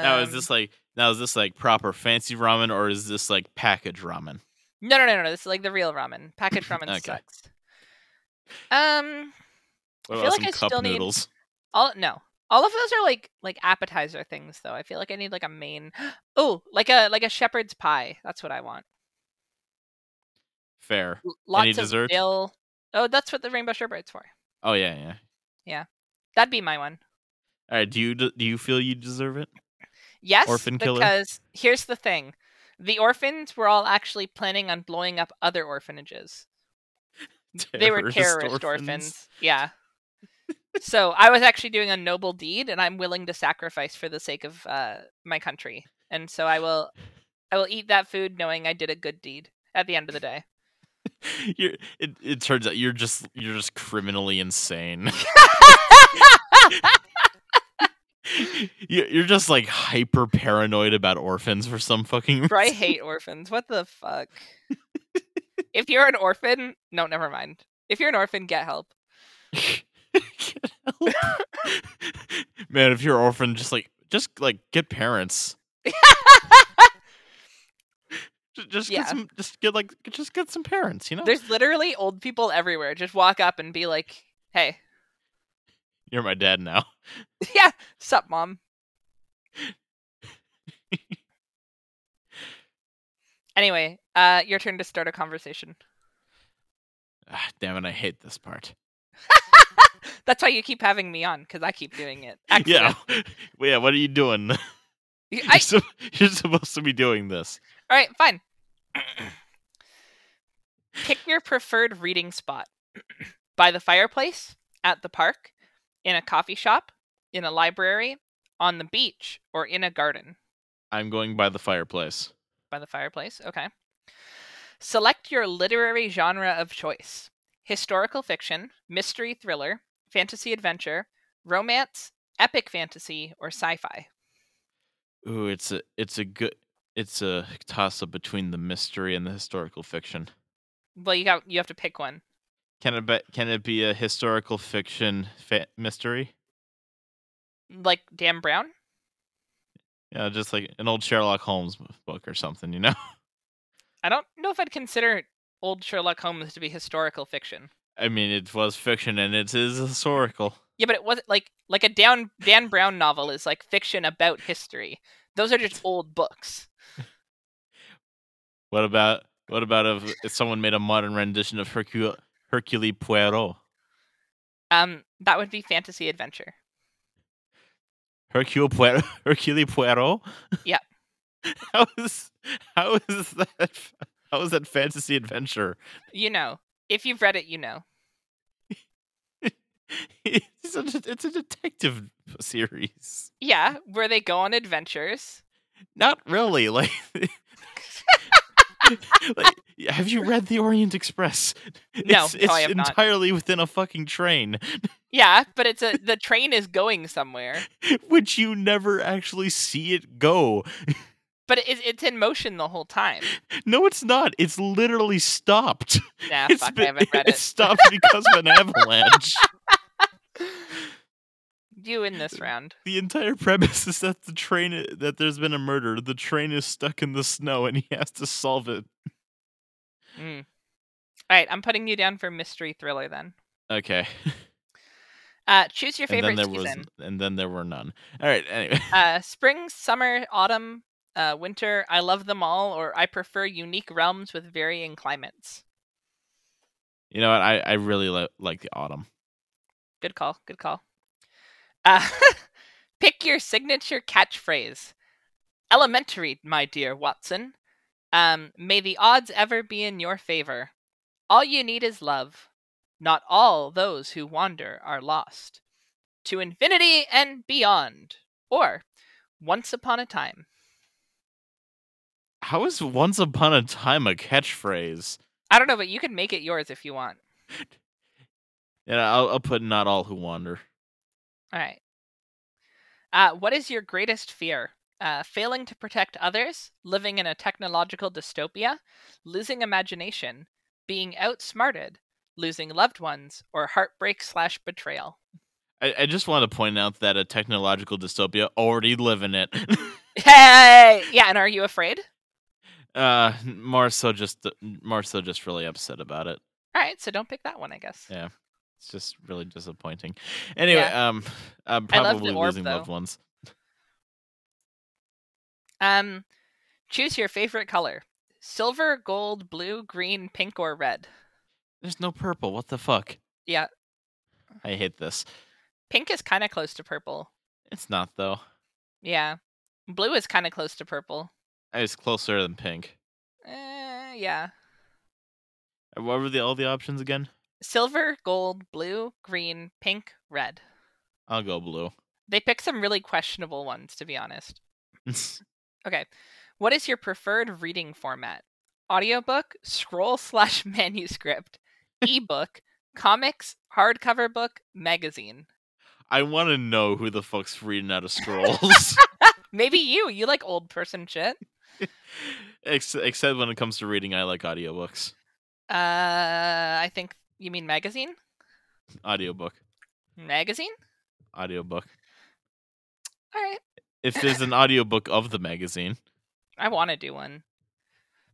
now is this like now is this like proper fancy ramen or is this like package ramen? no, no, no, no, no. This is like the real ramen. Packaged ramen Okay. sucks. Um, What about I feel like some I cup still need- noodles? all no, all of those are like like appetizer things though. I feel like I need like a main. Oh, like a like a shepherd's pie. That's what I want. Fair. L- Lots of dessert? dill. Oh, that's what the rainbow sherbet's for. Oh yeah, yeah. That'd be my one. All right. Do you do you feel you deserve it? Yes, Orphan killer? because here's the thing. The orphans were all actually planning on blowing up other orphanages. they were terrorist orphans. Yeah. so I was actually doing a noble deed and I'm willing to sacrifice for the sake of uh, my country. And so I will I will eat that food knowing I did a good deed at the end of the day. You're, it, it turns out you're just you're just criminally insane. You- you're just like hyper paranoid about orphans for some fucking reason. Bro, I hate orphans. What the fuck? if you're an orphan, no, never mind. If you're an orphan, get help. Get help. Man, if you're an orphan, just like just like get parents. Ju- just Yeah. get some. Just get like just get some parents. You know, There's literally old people everywhere. Just walk up and be like, "Hey, you're my dad now. yeah, sup, mom." anyway, uh, your turn to start a conversation. Ah, damn it, I hate this part. That's why you keep having me on because I keep doing it. Actually, Yeah, Well, yeah. What are you doing? you- I- You're, sup- you're supposed to be doing this. all right, fine. Pick your preferred reading spot: by the fireplace, at the park, in a coffee shop, in a library, on the beach, or in a garden. I'm going by the fireplace. by the fireplace. Okay. Select your literary genre of choice historical fiction, mystery thriller, fantasy adventure, romance, epic fantasy, or sci fi. Ooh, it's a it's a good it's a toss up between the mystery and the historical fiction. Well, you got you have to pick one. Can it be, can it be a historical fiction fa- mystery? Like Dan Brown? Yeah, just like an old Sherlock Holmes m- book or something, you know. I don't know if I'd consider old Sherlock Holmes to be historical fiction. I mean, it was fiction and it is historical. Yeah, but it wasn't like like a Dan Dan Brown novel is like fiction about history. Those are just old books. What about what about if, if someone made a modern rendition of Hercule Hercule Poirot? Um, that would be fantasy adventure. Hercule Poirot. Hercule Poirot. Yeah. how is how is that how is that fantasy adventure? You know, if you've read it, you know. It's a, det- it's a detective series. Yeah, where they go on adventures. Not really. Like, like, have you read The Orient Express? No, it's, no, it's I have not. entirely within a fucking train, Yeah, but it's a the train is going somewhere, which you never actually see it go. but it, it's in motion the whole time. No, it's not. It's literally stopped. Nah, It's Ah, fuck, been- I haven't read It's it. stopped because of an avalanche. You win this uh, round. The entire premise is that the train i- that there's been a murder. The train is stuck in the snow and he has to solve it. Mm. All right, I'm putting you down for mystery thriller then. Okay. Uh, choose your and then favorite there season. was and then there were none. All right, anyway. uh, spring, summer, autumn, uh, winter. I love them all, or I prefer unique realms with varying climates. You know what? I I really li- like the autumn. Good call. Good call. Uh, pick your signature catchphrase. Elementary, my dear Watson. Um, may the odds ever be in your favor. All you need is love. Not all those who wander are lost. To infinity and beyond. Or once upon a time. How is once upon a time a catchphrase? I don't know, but you can make it yours if you want. And I'll, I'll put not all who wander. All right. Uh, what is your greatest fear? Uh, failing to protect others, living in a technological dystopia, losing imagination, being outsmarted, losing loved ones, or heartbreak slash betrayal. I, I just want to point out that a technological dystopia already live in it. Hey, yeah, and are you afraid? uh, more so just more so just really upset about it. All right, so don't pick that one, I guess. Yeah. It's just really disappointing. Anyway, um, I'm I love the probably orb, losing loved though. ones. Um, choose your favorite color: silver, gold, blue, green, pink, or red. There's no purple. What the fuck? Yeah. I hate this. Pink is kind of close to purple. It's not though. Yeah, blue is kind of close to purple. It's closer than pink. Uh, yeah. Uh, What were the all the options again? silver, gold, blue, green, pink, red. I'll go blue. They pick some really questionable ones, to be honest. What is your preferred reading format? Audiobook, scroll slash manuscript, ebook, comics, hardcover book, magazine. I want to know who the fuck's reading out of scrolls. Maybe you. You like old person shit. Ex- except when it comes to reading, I like audiobooks. Uh, I think you mean magazine? Audiobook. Magazine? Audiobook. All right. If there's an audiobook of the magazine, I want to do one.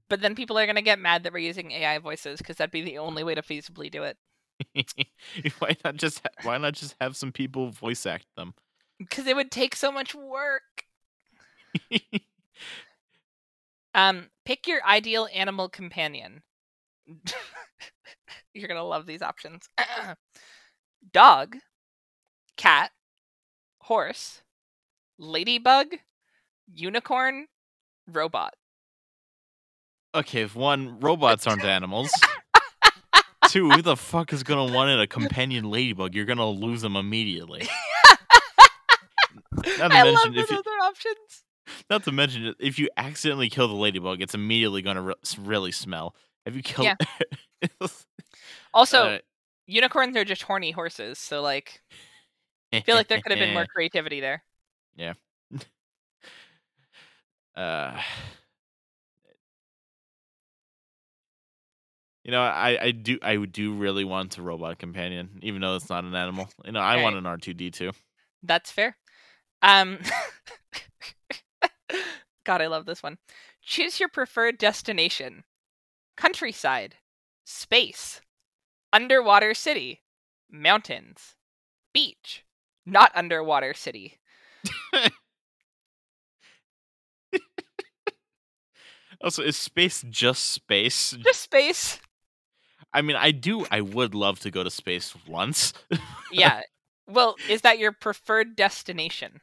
But then people are going to get mad that we're using AI voices because that'd be the only way to feasibly do it. why not just ha- why not just have some people voice act them? Because it would take so much work. Um, pick your ideal animal companion. You're gonna love these options. Dog, cat, horse, ladybug, unicorn, robot. Okay, if one, robots aren't animals. Two, who the fuck is gonna want in a companion ladybug? You're gonna lose them immediately. Not to I mention love if those you- other options. Not to mention, i- if you accidentally kill the ladybug, it's immediately gonna re- s- really smell. Have you killed? Also, Uh, unicorns are just horny horses, so like I feel like there could have been more creativity there. Uh, you know, I, I do I would do really want a robot companion, even though it's not an animal. You know, I want Right. an R two D two. That's fair. Um God, I love this one. Choose your preferred destination. Countryside, space, underwater city, mountains, beach, not underwater city. Also, is space just space? Just space. I mean, I do. I would love to go to space once. Yeah. Well, is that your preferred destination?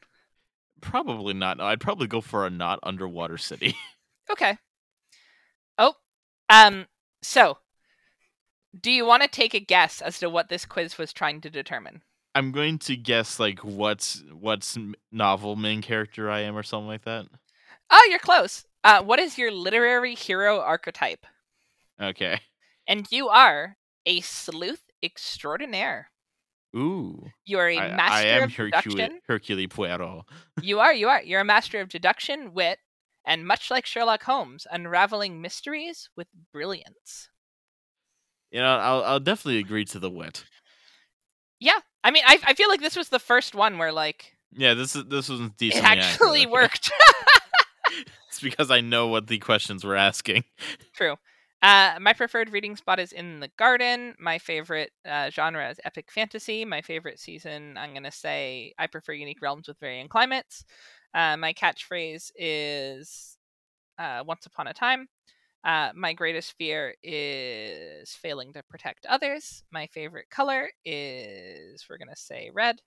Probably not. No, I'd probably go for a not underwater city. Okay. Oh. Um so do you want to take a guess as to what this quiz was trying to determine? I'm going to guess like what's what's m- novel main character I am or something like that. Oh, you're close. Uh, what is your literary hero archetype? Okay. And you are a sleuth extraordinaire. Ooh. You are a I- I, master am of Hercule, deduction. Hercule Poirot. You are, you are. You're a master of deduction, wit, and much like Sherlock Holmes, unraveling mysteries with brilliance. You know, I'll I'll definitely agree to the wit. I mean, I, I feel like this was the first one where like Yeah, this is this was it decent. actually worked. It's because I know what the questions were asking. True. Uh, my preferred reading spot is in the garden. My favorite uh, genre is epic fantasy. My favorite season, I'm gonna say, I prefer unique realms with varying climates. Uh, my catchphrase is uh, "Once upon a time." Uh, my greatest fear is failing to protect others. My favorite color is we're gonna say red.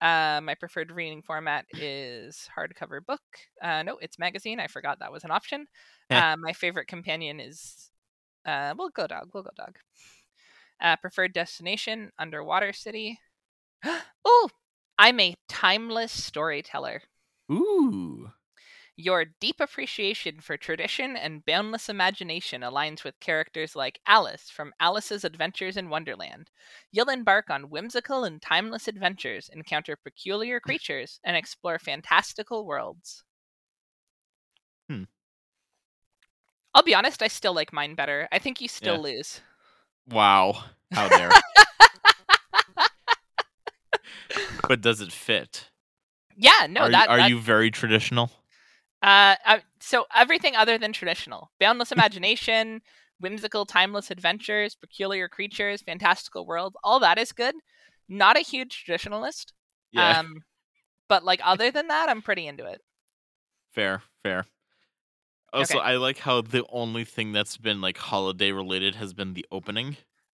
Uh, my preferred reading format is hardcover book. Uh, no, it's magazine. I forgot that was an option. Heh. Uh, my favorite companion is uh, we'll go dog. We'll go dog. Uh, preferred destination underwater city. oh, I'm a timeless storyteller. Ooh. Your deep appreciation for tradition and boundless imagination aligns with characters like Alice from Alice's Adventures in Wonderland. You'll embark on whimsical and timeless adventures, encounter peculiar creatures, and explore fantastical worlds. Hmm. I'll be honest, I still like mine better. I think you still Yeah. lose. Wow. How dare. but does it fit? Yeah, no, are that you, are that- you very traditional? Uh, I, so everything other than traditional, boundless imagination, whimsical, timeless adventures, peculiar creatures, fantastical worlds, all that is good. Not a huge traditionalist. Yeah. Um, but like other than that, I'm pretty into it. fair. Fair. Also, okay. I like how the only thing that's been like holiday related has been the opening.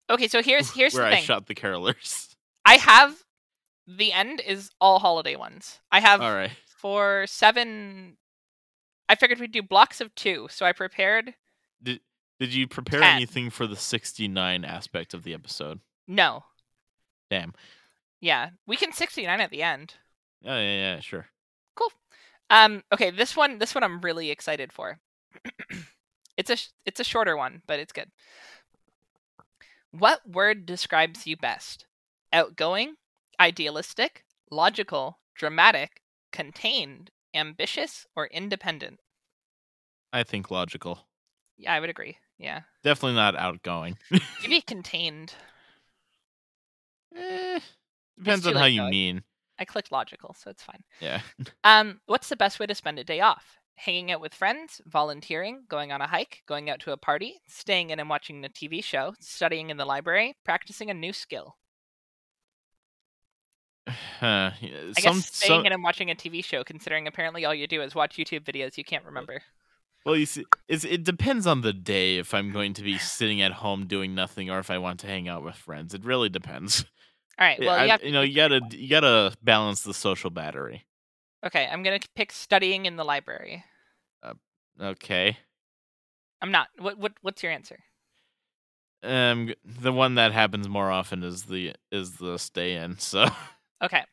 Okay, so here's here's where the I thing. shot the carolers. I have the end is all holiday ones. I have All right. for seven. I figured we'd do blocks of two, so I prepared. Did did you prepare Ten. anything for the 69 aspect of the episode? No, Damn. yeah, we can sixty nine at the end. Oh yeah, yeah, sure. Um. Okay. This one. This one. I'm really excited for. it's a. sh- It's a shorter one, but it's good. What word describes you best? Outgoing, idealistic, logical, dramatic, contained, ambitious, or independent? I think logical. Yeah, I would agree. Yeah. Definitely not outgoing. Maybe contained. Eh, depends too on how late, you though. mean. I clicked logical, so it's fine. Yeah. Um. What's the best way to spend a day off? Hanging out with friends, volunteering, going on a hike, going out to a party, staying in and watching a TV show, studying in the library, practicing a new skill. Huh, Uh, yeah, I some, guess staying some in and watching a TV show, considering apparently all you do is watch YouTube videos you can't remember. well, you see, it's, it depends on the day if I'm going to be sitting at home doing nothing or if I want to hang out with friends. It really depends. All right. Yeah, Well, I- you, have to know, pick you gotta one. you gotta balance the social battery. Okay, I'm gonna pick studying in the library. Okay. I'm not. What? What? What's your answer? Um, g- the one that happens more often is the is the stay in. So Okay.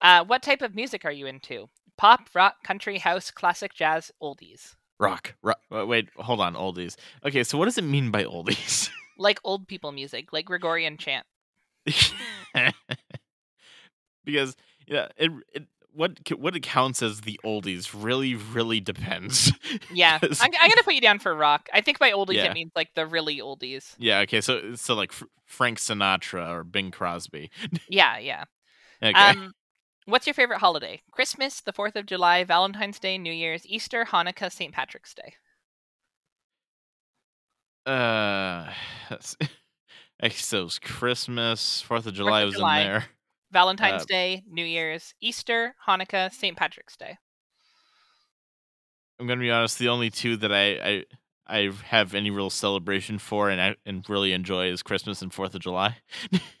Uh, what type of music are you into? Pop, rock, country, house, classic, jazz, oldies. rock, rock. Wait, hold on, oldies. Okay, so what does it mean by oldies? Like old people music, like Gregorian chant. because yeah, it, it what c- what it counts as the oldies really really depends. Yeah, I'm, 'Cause- I'm gonna put you down for rock. I think by oldies Yeah. it means like the really oldies. yeah. Okay. So so like Fr- Frank Sinatra or Bing Crosby. Yeah, yeah. Okay. Um, what's your favorite holiday? Christmas, the Fourth of July, Valentine's Day, New Year's, Easter, Hanukkah, St. Patrick's Day. uh, so it's Christmas, Fourth of July of was July. in there. Valentine's Uh, Day, New Year's, Easter, Hanukkah, St. Patrick's Day. I'm gonna be honest. The only two that I I, I have any real celebration for and I and really enjoy is Christmas and Fourth of July.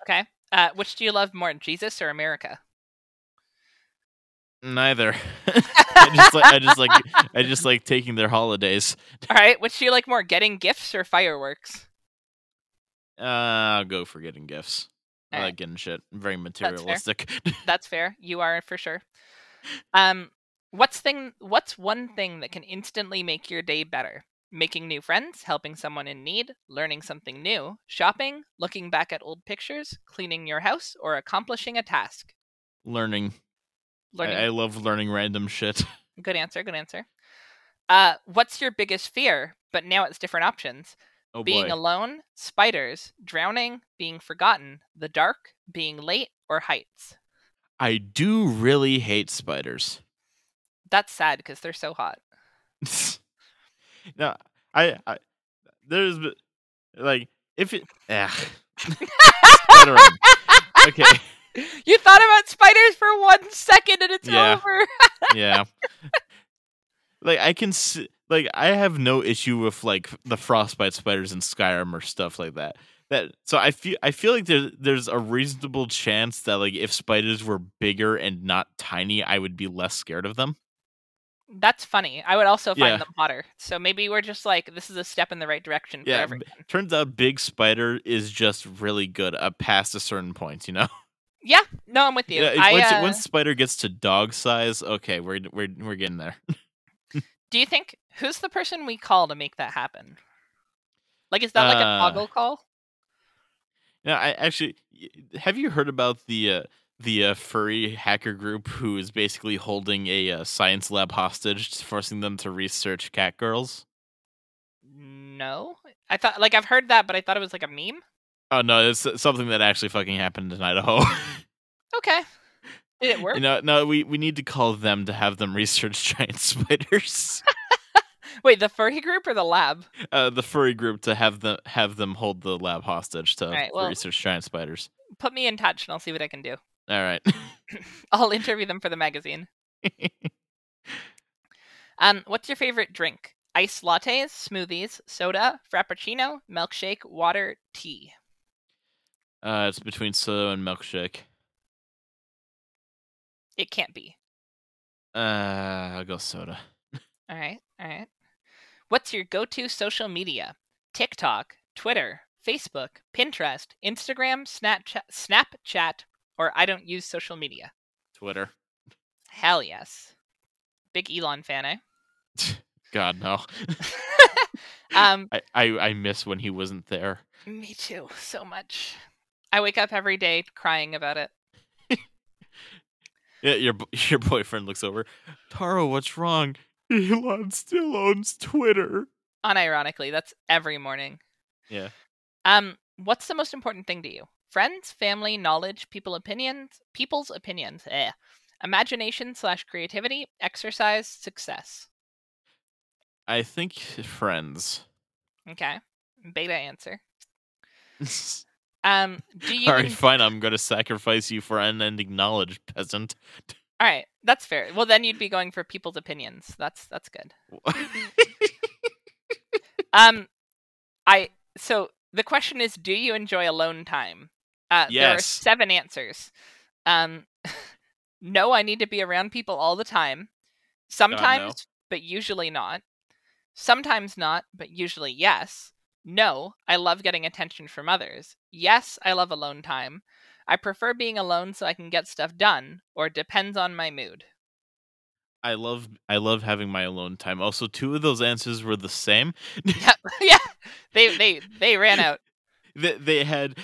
Okay. Uh, which do you love more, Jesus or America? Neither. I just like I just like I just like taking their holidays. All right. Which do you like more, getting gifts or fireworks? Uh, I'll go for getting gifts. I Alright. like getting shit. I'm very fair. materialistic. That's fair. You are for sure. Um, what's thing? What's one thing that can instantly make your day better? Making new friends, helping someone in need, learning something new, shopping, looking back at old pictures, cleaning your house, or accomplishing a task. learning. I- Learning. I, love learning random shit. Good answer. Good answer. Uh, what's your biggest fear? But now it's different options. Oh being boy. alone, spiders, drowning, being forgotten, the dark, being late, or heights. I do really hate spiders. That's sad because they're so hot. no, I, I there's b- like if it ah, ugh. Stuttering. okay, You thought about spiders for one second and it's Yeah. over. yeah. Like I can see, like I have no issue with like the frostbite spiders in Skyrim or stuff like that. That so I feel I feel like there's there's a reasonable chance that like if spiders were bigger and not tiny, I would be less scared of them. That's funny. I would also find Yeah. them hotter. So maybe we're just like this is a step in the right direction for Yeah, everyone. Turns out big spider is just really good up past a certain point, you know. Yeah, no, I'm with you. Yeah, it- I, once, uh, once spider gets to dog size, okay, we're we're we're getting there. Do you think who's the person we call to make that happen? Like, is that like Uh, a toggle call? Now, I actually y- have you heard about the uh, the uh, furry hacker group who is basically holding a uh, science lab hostage, forcing them to research cat girls? No, I thought like I've heard that, but I thought it was like a meme. Oh no, it's uh, something that actually fucking happened in Idaho. Okay, did it work? no, no, we we need to call them to have them research giant spiders. Wait, the furry group or the lab? uh, the furry group to have them have them hold the lab hostage to Alright, well- research giant spiders. Put me in touch, and I'll see what I can do. All right. I'll interview them for the magazine. um, what's your favorite drink? Ice lattes, smoothies, soda, frappuccino, milkshake, water, tea. Uh, it's between soda and milkshake. It can't be. Uh, I'll go soda. All right, all right. What's your go-to social media? TikTok, Twitter, Facebook, Pinterest, Instagram, Snapchat, Snapchat, or I don't use social media. Twitter. Hell yes. Big Elon fan, eh? God no. um, I, I I miss when he wasn't there. me too, so much. I wake up every day crying about it. Yeah, your bo- your boyfriend looks over. Taro, what's wrong? Elon still owns Twitter. Unironically, that's every morning. Yeah. Um, what's the most important thing to you? Friends, family, knowledge, people opinions, people's opinions, eh. Imagination slash creativity, exercise, success. I think friends. Okay. Beta answer. Um, do you All right, en- fine. I'm gonna sacrifice you for unending knowledge, peasant. All right, that's fair. Well, then you'd be going for people's opinions. That's that's good. Um, I so the question is, do you enjoy alone time? Uh, There are Yes. seven answers. Um, no, I need to be around people all the time. Sometimes, but usually not. Sometimes not, but usually yes. No, I love getting attention from others. Yes, I love alone time. I prefer being alone so I can get stuff done, or depends on my mood. I love I love having my alone time. Also, two of those answers were the same. Yep. yeah, they they they ran out. They, they had.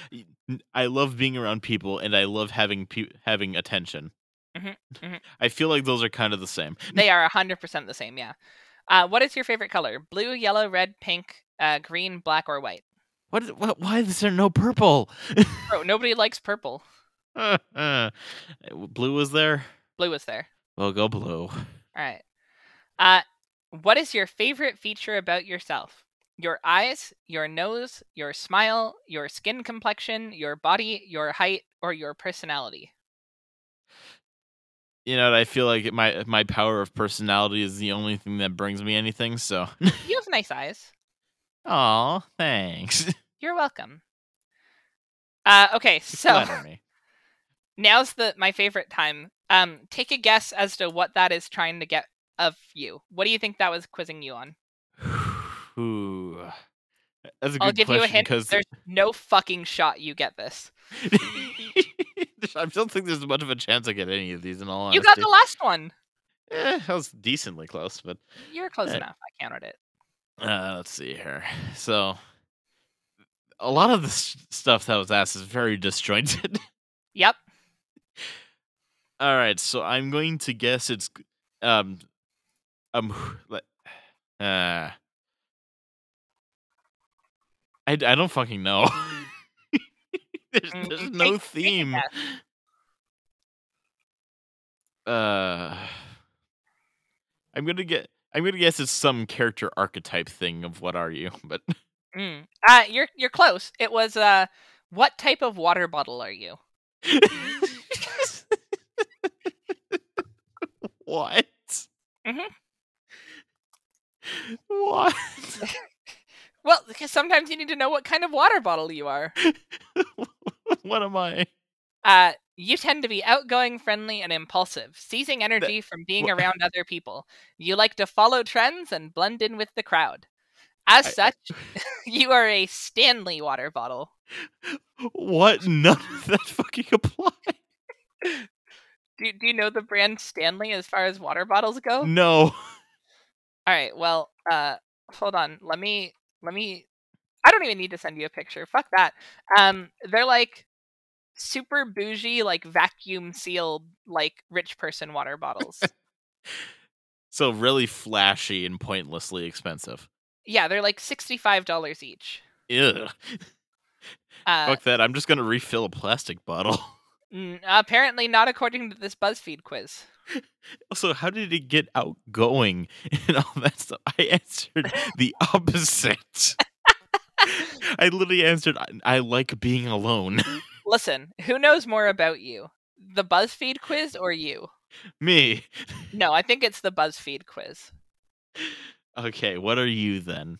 I love being around people, and I love having pe- having attention. Mhm, mhm. I feel like those are kind of the same. They are 100% the same, yeah. Uh, what is your favorite color? Blue, yellow, red, pink, uh, green, black, or white? What, is- what? Why is there no purple? Bro, nobody likes purple. blue was there. Blue is there. Well, go blue. All right. Uh, what is your favorite feature about yourself? Your eyes, your nose, your smile, your skin complexion, your body, your height, or your personality? You know, I feel like my my power of personality is the only thing that brings me anything. So, You have nice eyes. oh, thanks. You're welcome. Uh, okay, so. Flatter me. now's the my favorite time um take a guess as to what that is trying to get of you what do you think that was quizzing you on Ooh. That's a good i'll give you a hint because there's no fucking shot you get this I don't think there's much of a chance I get any of these. In all honesty, you got the last one Eh, I was decently close, but you're close Hey. enough i counted it Uh, let's see here. So, a lot of the s- stuff that was asked is very disjointed. yep All right, so I'm going to guess it's g- um um let- uh I, I don't fucking know. there's, Mm, there's take- no take a theme. Uh, I'm gonna get. I'm gonna guess it's some character archetype thing of what are you, but Mm. Uh, you're you're close. It was uh, what type of water bottle are you? what? Mhm. What? Well, because sometimes you need to know what kind of water bottle you are. what am I? Uh, you tend to be outgoing, friendly, and impulsive, seizing energy from being wha- around other people. You like to follow trends and blend in with the crowd. As I- such, you are a Stanley water bottle. What? None of that fucking applies. Do, do you know the brand Stanley as far as water bottles go? No. All right. Well, uh, hold on. Let me. Let me. I don't even need to send you a picture. Fuck that. Um, they're like super bougie, like vacuum sealed, like rich person water bottles. So really flashy and pointlessly expensive. yeah, they're like sixty-five dollars each. Ew. Uh, Fuck that. I'm just gonna refill a plastic bottle. n- apparently not according to this BuzzFeed quiz. Also, how did it get outgoing and all that stuff? I answered the opposite. I literally answered, "I- I like being alone. Listen, who knows more Mm. about you, the BuzzFeed quiz or you? Me. No, I think it's the BuzzFeed quiz. Okay, what are you then?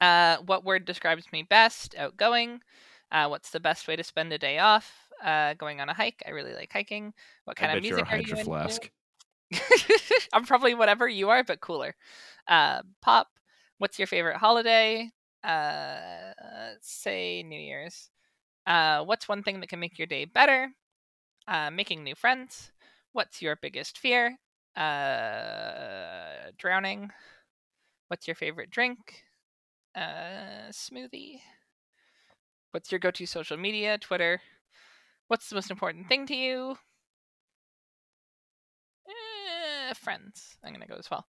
Uh, what word describes me best? Outgoing. Uh, what's the best way to spend a day off? Uh, going on a hike. I really like hiking. What kind I of bet you're a music are you Hydro into? Flask. I'm probably whatever you are, but cooler. Uh, pop. What's your favorite holiday? Uh, say New Year's. Uh, what's one thing that can make your day better? Uh, making new friends. What's your biggest fear? Uh, drowning. What's your favorite drink? Uh, smoothie. What's your go-to social media? Twitter. What's the most important thing to you? Eh, friends. I'm going to go as well.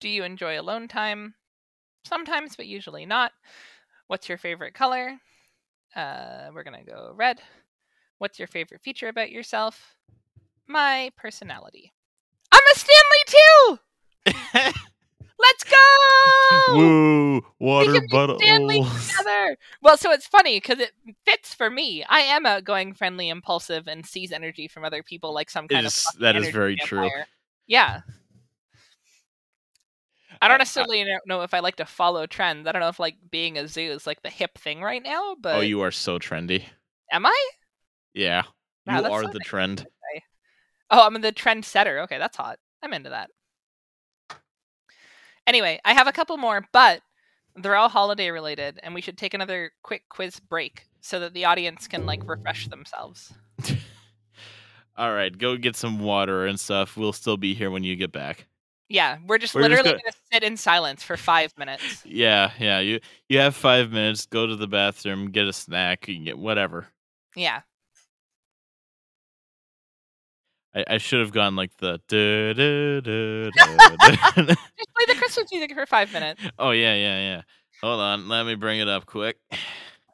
Do you enjoy alone time? Sometimes, but usually not. What's your favorite color? Uh, we're going to go red. What's your favorite feature about yourself? My personality. I'm a Stanley too! Let's go! Woo! Water can be Stanley bottles. together. Well, so it's funny because it fits for me. I am outgoing, friendly, impulsive, and sees energy from other people like some kind is- of fucking that is energy very true. vampire. Yeah. I I- I- don't necessarily kno- know if I like to follow trends. I don't know if like being a zoo is like the hip thing right now, but Oh, you are so trendy. am I? Yeah. Wow, you that's are so the trend. Oh, I'm the trend setter. Okay, that's hot. I'm into that. Anyway, I have a couple more, but they're all holiday related, and we should take another quick quiz break so that the audience can like refresh themselves. All right, go get some water and stuff. We'll still be here when you get back. Yeah, we're just We're just literally gonna- gonna sit in silence for five minutes. Yeah, yeah. You you have five minutes. Go to the bathroom, get a snack, you can get whatever. Yeah. I, I should have gone like the. duh, duh, duh, duh, duh. Just play the Christmas music for five minutes. oh yeah, yeah, yeah. Hold on, let me bring it up quick.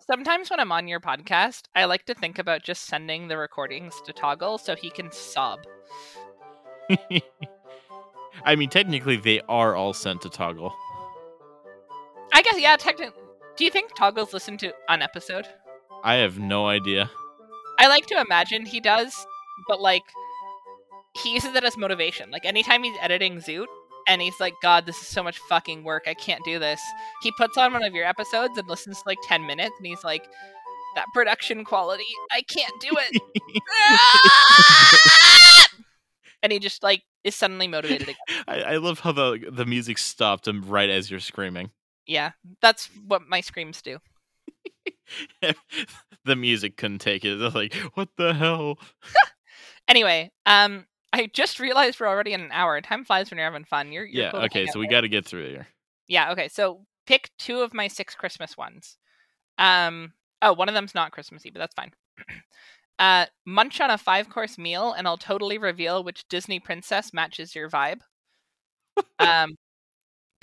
Sometimes when I'm on your podcast, I like to think about just sending the recordings to Toggle so he can sob. I mean, technically, they are all sent to Toggle. I guess, yeah, technically. Do you think Toggle's listened to an episode? I have no idea. I like to imagine he does, but like he uses it as motivation. Like anytime he's editing Zoot and he's like, God, this is so much fucking work, I can't do this. He puts on one of your episodes and listens to like ten minutes and he's like, That production quality, I can't do it. and he just like is suddenly motivated again. I, I love how the the music stopped and right as you're screaming. Yeah. That's what my screams do. the music couldn't take it. They're like, what the hell? Anyway, um I just realized we're already in an hour. Time flies when you're having fun. You're, you're Yeah, cool to hang okay, out so we got to get through here. Yeah, okay. So pick two of my six Christmas ones. Um oh, one of them's not Christmassy, but that's fine. uh munch on a five course meal and I'll totally reveal which Disney princess matches your vibe. Um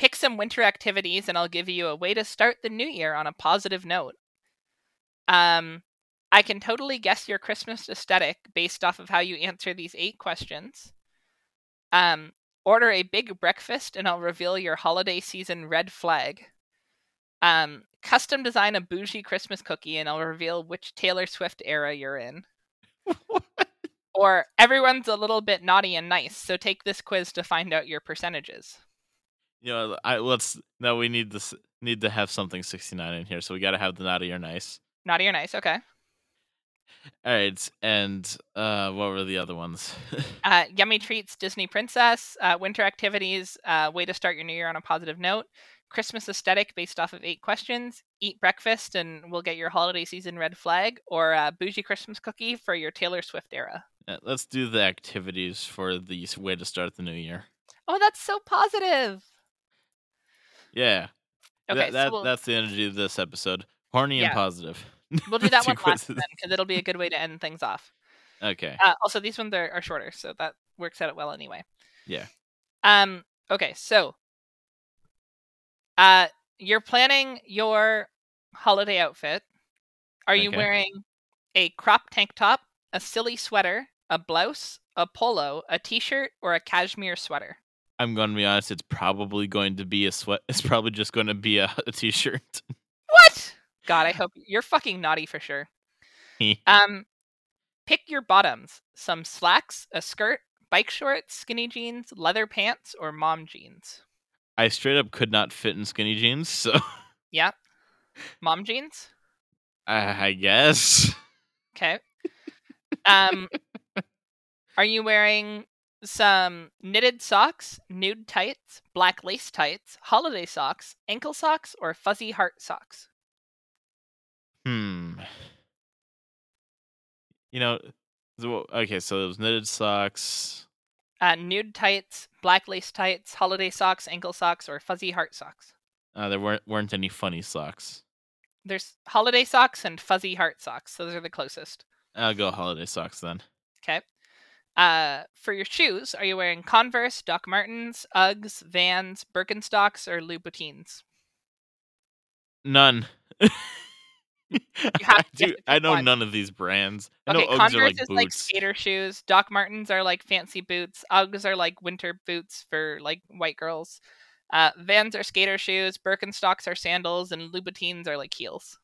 Pick some winter activities, and I'll give you a way to start the new year on a positive note. Um, I can totally guess your Christmas aesthetic based off of how you answer these eight questions. Um, order a big breakfast, and I'll reveal your holiday season red flag. Um, custom design a bougie Christmas cookie, and I'll reveal which Taylor Swift era you're in. Or everyone's a little bit naughty and nice, so take this quiz to find out your percentages. You know, I let's no, we need this need to have something sixty nine in here, so we got to have the naughty or nice. Naughty or nice, okay. All right, and uh, what were the other ones? Uh, yummy treats, Disney princess, uh, winter activities, uh, way to start your new year on a positive note, Christmas aesthetic based off of eight questions, eat breakfast and we'll get your holiday season red flag, or uh, bougie Christmas cookie for your Taylor Swift era. Uh, Let's do the activities for the s- way to start the new year. Oh, that's so positive. Yeah, Okay, that, that- so we'll, that's the energy of this episode. Horny Yeah. and positive. we'll do that two one last quizzes. then because it'll be a good way to end things off. Okay. Uh, also, these ones are, are shorter, so that works out well anyway. Yeah. Um. Okay. So, uh, you're planning your holiday outfit. Are you Okay. wearing a crop tank top, a silly sweater, a blouse, a polo, a t-shirt, or a cashmere sweater? I'm going to be honest. It's probably going to be a sweat. It's probably just going to be a, a t-shirt. What? God, I hope you're fucking naughty for sure. Um, pick your bottoms: some slacks, a skirt, bike shorts, skinny jeans, leather pants, or mom jeans. I straight up could not fit in skinny jeans, so Yeah, mom jeans. I, I guess. Okay. Um, are you wearing some knitted socks, nude tights, black lace tights, holiday socks, ankle socks, or fuzzy heart socks? Hmm. You know, so- okay. So it was knitted socks. Uh, nude tights, black lace tights, holiday socks, ankle socks, or fuzzy heart socks. Uh, there weren't weren't any funny socks. There's holiday socks and fuzzy heart socks. Those are the closest. I'll go holiday socks then. Okay. Uh, for your shoes, are you wearing Converse, Doc Martens, Uggs, Vans, Birkenstocks, or Louboutins? None. have I to guess do. if I it's know one. none of these brands. I Okay, know Uggs Converse are like is boots. like skater shoes. Doc Martens are like fancy boots. Uggs are like winter boots for like white girls. Uh, Vans are skater shoes. Birkenstocks are sandals, and Louboutins are like heels.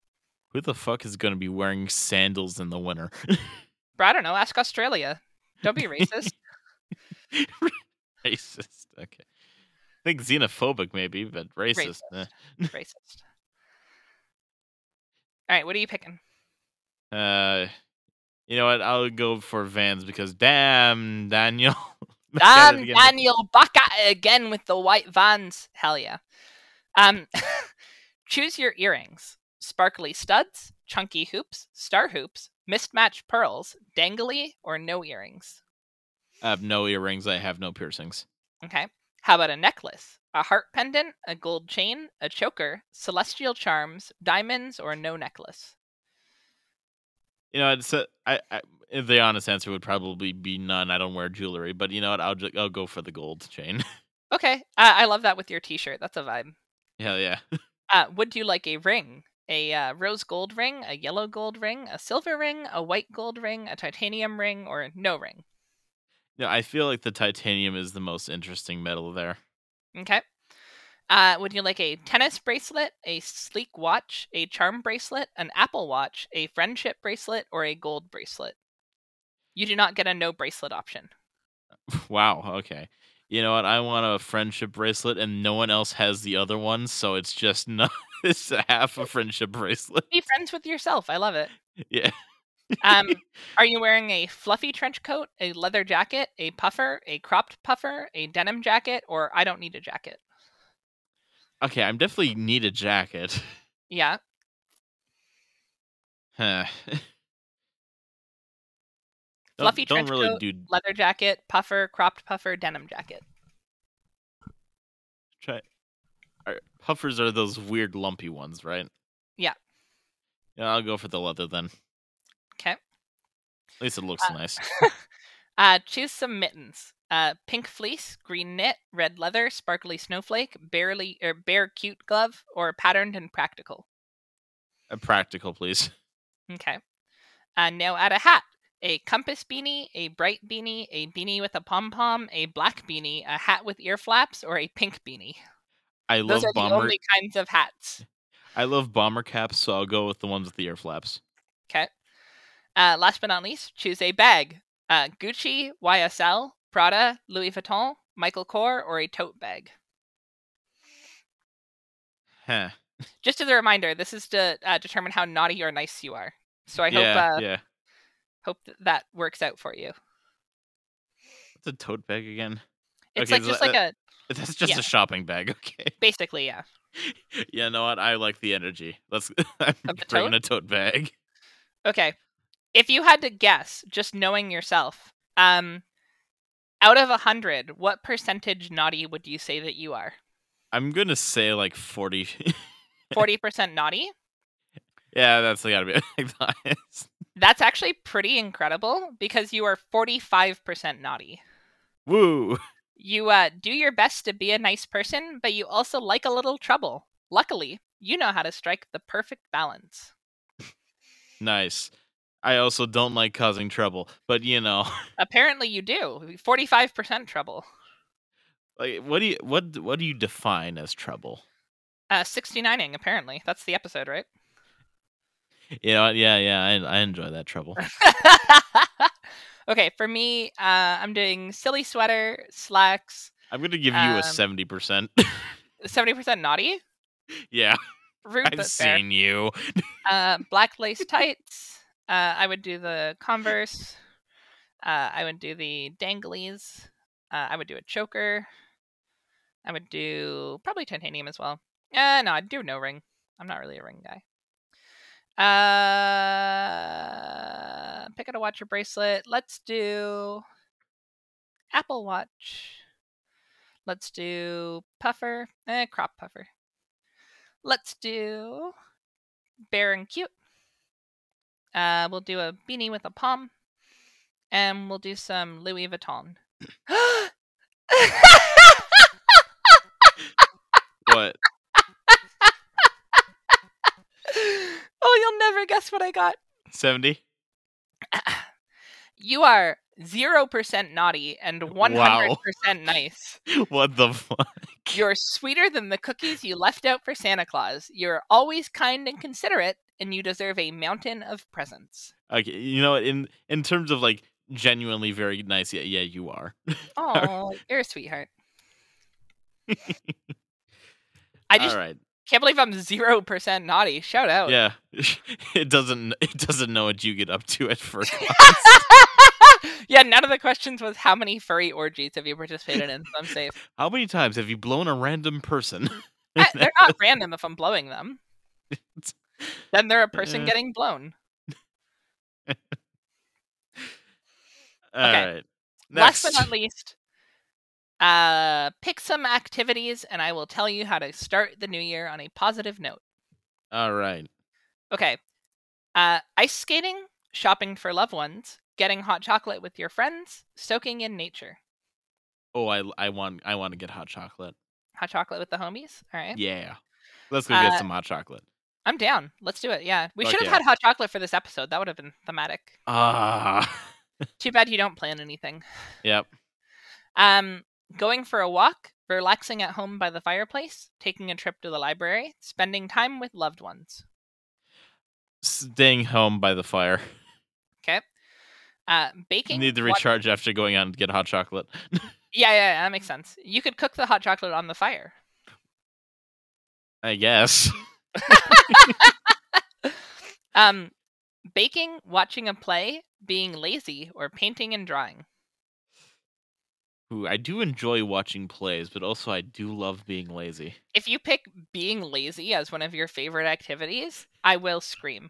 Who the fuck is going to be wearing sandals in the winter? But I don't know. Ask Australia. Don't be racist. racist. Okay. I think xenophobic maybe, but racist. eh. racist. All right, what are you picking? Uh, you know what? I'll go for Vans because damn Daniel. I said it Damn, again. Daniel back at it again with the white vans. Hell yeah. Um, choose your earrings: sparkly studs, chunky hoops, star hoops, mismatched pearls, dangly, or no earrings. I have no earrings. I have no piercings. Okay. How about a necklace? A heart pendant, a gold chain, a choker, celestial charms, diamonds, or no necklace. You know, it's a, I, I, the honest answer would probably be none. I don't wear jewelry, but you know what? I'll ju- I'll go for the gold chain. Okay, uh, I love that with your T-shirt. That's a vibe. Hell yeah. Uh, would you like a ring? A uh, rose gold ring, a yellow gold ring, a silver ring, a white gold ring, a titanium ring, or no ring? No, I feel like the titanium is the most interesting metal there. Okay. Uh, would you like a tennis bracelet, a sleek watch, a charm bracelet, an Apple Watch, a friendship bracelet, or a gold bracelet? You do not get a no bracelet option. Wow. Okay. You know what? I want a friendship bracelet, and no one else has the other one, so it's just not. It's a half a friendship bracelet. Be friends with yourself. I love it. Yeah. Um, are you wearing a fluffy trench coat, a leather jacket, a puffer, a cropped puffer, a denim jacket, or I don't need a jacket? Okay. I'm definitely need a jacket. Yeah. Huh. Don't- Fluffy don't, trench really coat. do leather jacket, puffer, cropped puffer, denim jacket. try. Are, puffers are those weird lumpy ones, right? Yeah. Yeah, I'll go for the leather then. 'Kay. At least it looks nice. Uh, choose some mittens. uh, pink fleece, green knit, red leather, sparkly snowflake, barely or bare cute glove, or patterned and practical. A Uh, practical, please. Okay. Uh, now add a hat. A compass beanie, a bright beanie, a beanie with a pom pom, a black beanie, a hat with ear flaps, or a pink beanie. I Those love are the bomber. only kinds of hats. I love bomber caps, so I'll go with the ones with the air flaps. Okay. Uh, last but not least, choose a bag: uh, Gucci, YSL, Prada, Louis Vuitton, Michael Kors, or a tote bag. Huh. Just as a reminder, this is to uh, determine how naughty or nice you are. So I yeah, hope uh, yeah. hope that, that works out for you. What's a tote bag again? It's Okay, like so uh just like a That's just Yeah. a shopping bag. Okay. basically yeah. Yeah, know what? I like the energy. Let's. I'm Of the bringing a tote bag. Okay. If you had to guess, just knowing yourself, um, out of a hundred, what percentage naughty would you say that you are? I'm gonna say like forty. Forty percent naughty. yeah, that's gotta be like the highest. That's actually pretty incredible because you are forty-five percent naughty. Woo! You uh, do your best to be a nice person, but you also like a little trouble. Luckily, you know how to strike the perfect balance. Nice. I also don't like causing trouble, but you know, Apparently, you do. 45% trouble. like, what do you what d- what do you define as trouble? Uh, 69ing, apparently. That's the episode, right? You know, what? yeah, yeah, I, I enjoy that trouble. okay, for me, uh, I'm doing silly sweater, slacks, I'm gonna give you Um, a seventy percent. 70% naughty. yeah, Rude, I've but fair. seen you. Uh, black lace tights. Uh, I would do the Converse. Uh, I would do the danglies. Uh, I would do a choker. I would do probably titanium as well. Uh, no, I'd do no ring. I'm not really a ring guy. Uh, pick out a watch or bracelet. Let's do Apple Watch. Let's do puffer. Eh, crop puffer. Let's do bear and cute. Uh, we'll do a beanie with a palm, and we'll do some Louis Vuitton. What? oh, you'll never guess what I got. Seventy? You are zero percent naughty and one hundred Wow. percent nice. What the fuck? You're sweeter than the cookies you left out for Santa Claus. You're always kind and considerate, and you deserve a mountain of presents. Okay, you know, what, in in terms of like genuinely very nice, yeah, yeah, you are. Oh, you're a sweetheart. I just All Oh. right. Can't believe I'm zero percent naughty. Shout out. Yeah, it doesn't it doesn't know what you get up to at first. yeah, none of the questions was how many furry orgies have you participated in, so I'm safe. How many times have you blown a random person? I- they're not random if I'm blowing them. It's- Then they're a person Uh. getting blown. All okay. right. Next. Last but not least, uh, pick some activities and I will tell you how to start the new year on a positive note. All right. Okay. Uh, ice skating, shopping for loved ones, getting hot chocolate with your friends, soaking in nature. Oh, I I want I want to get hot chocolate. Hot chocolate with the homies. All right. Yeah. Let's go Uh, get some hot chocolate. I'm down. Let's do it. Yeah. We Fuck should have yeah. had hot chocolate for this episode. That would have been thematic. Ah. Too bad you don't plan anything. Yep. Um, going for a walk, relaxing at home by the fireplace, taking a trip to the library, spending time with loved ones. Staying home by the fire. Okay. Uh, baking. Need to wat- recharge after going out and get hot chocolate. yeah, yeah, yeah, that makes sense. You could cook the hot chocolate on the fire. I guess. Um, baking, watching a play, being lazy, or painting and drawing. Ooh, I do enjoy watching plays, but also I do love being lazy. If you pick being lazy as one of your favorite activities, I will scream.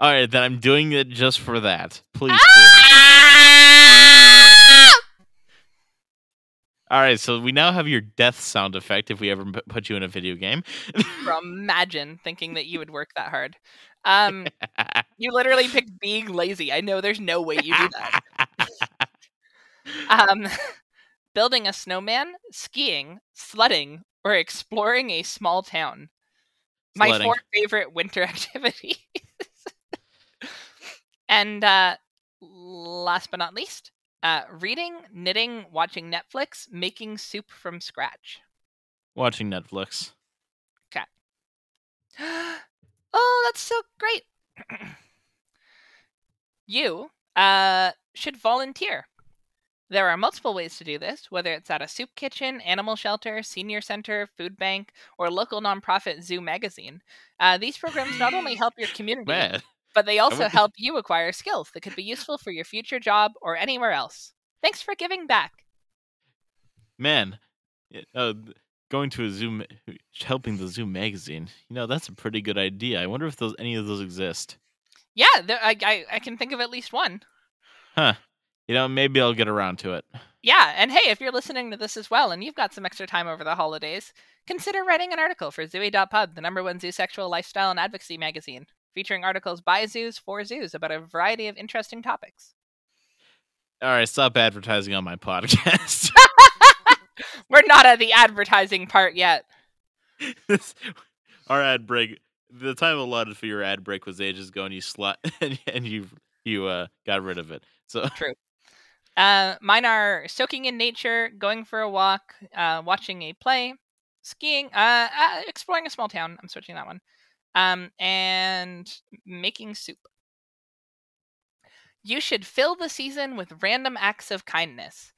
All right, then I'm doing it just for that. Please. do. Ah! All right, so we now have your death sound effect if we ever p- put you in a video game. Bro, imagine thinking that you would work that hard. Um, you literally picked being lazy. I know there's no way you do that. Um, building a snowman, skiing, sledding, or exploring a small town. My Sledding. four favorite winter activities. and uh, last but not least, uh, reading, knitting, watching Netflix, making soup from scratch. Watching Netflix. oh, that's so great. you uh, should volunteer. There are multiple ways to do this, whether it's at a soup kitchen, animal shelter, senior center, food bank, or local nonprofit Zoo Magazine. Uh, these programs not only help your community, Man, but they also would- help you acquire skills that could be useful for your future job or anywhere else. Thanks for giving back. man, Yeah, uh, going to a Zoom, helping the Zoom magazine. You know, that's a pretty good idea. I wonder if those any of those exist. Yeah, there, I, I, I can think of at least one. You know, maybe I'll get around to it. Yeah, and hey, if you're listening to this as well and you've got some extra time over the holidays, consider writing an article for Zooey.pub, the number one zoo sexual lifestyle and advocacy magazine, featuring articles by zoos for zoos about a variety of interesting topics. All right, stop advertising on my podcast. We're not at the advertising part yet. This- Our ad break, the time allotted for your ad break was ages ago, and you slot and, and you you uh got rid of it. So Uh, mine are soaking in nature, going for a walk, uh, watching a play, skiing, uh, uh, exploring a small town. I'm switching that one. Um, and making soup. You should fill the season with random acts of kindness.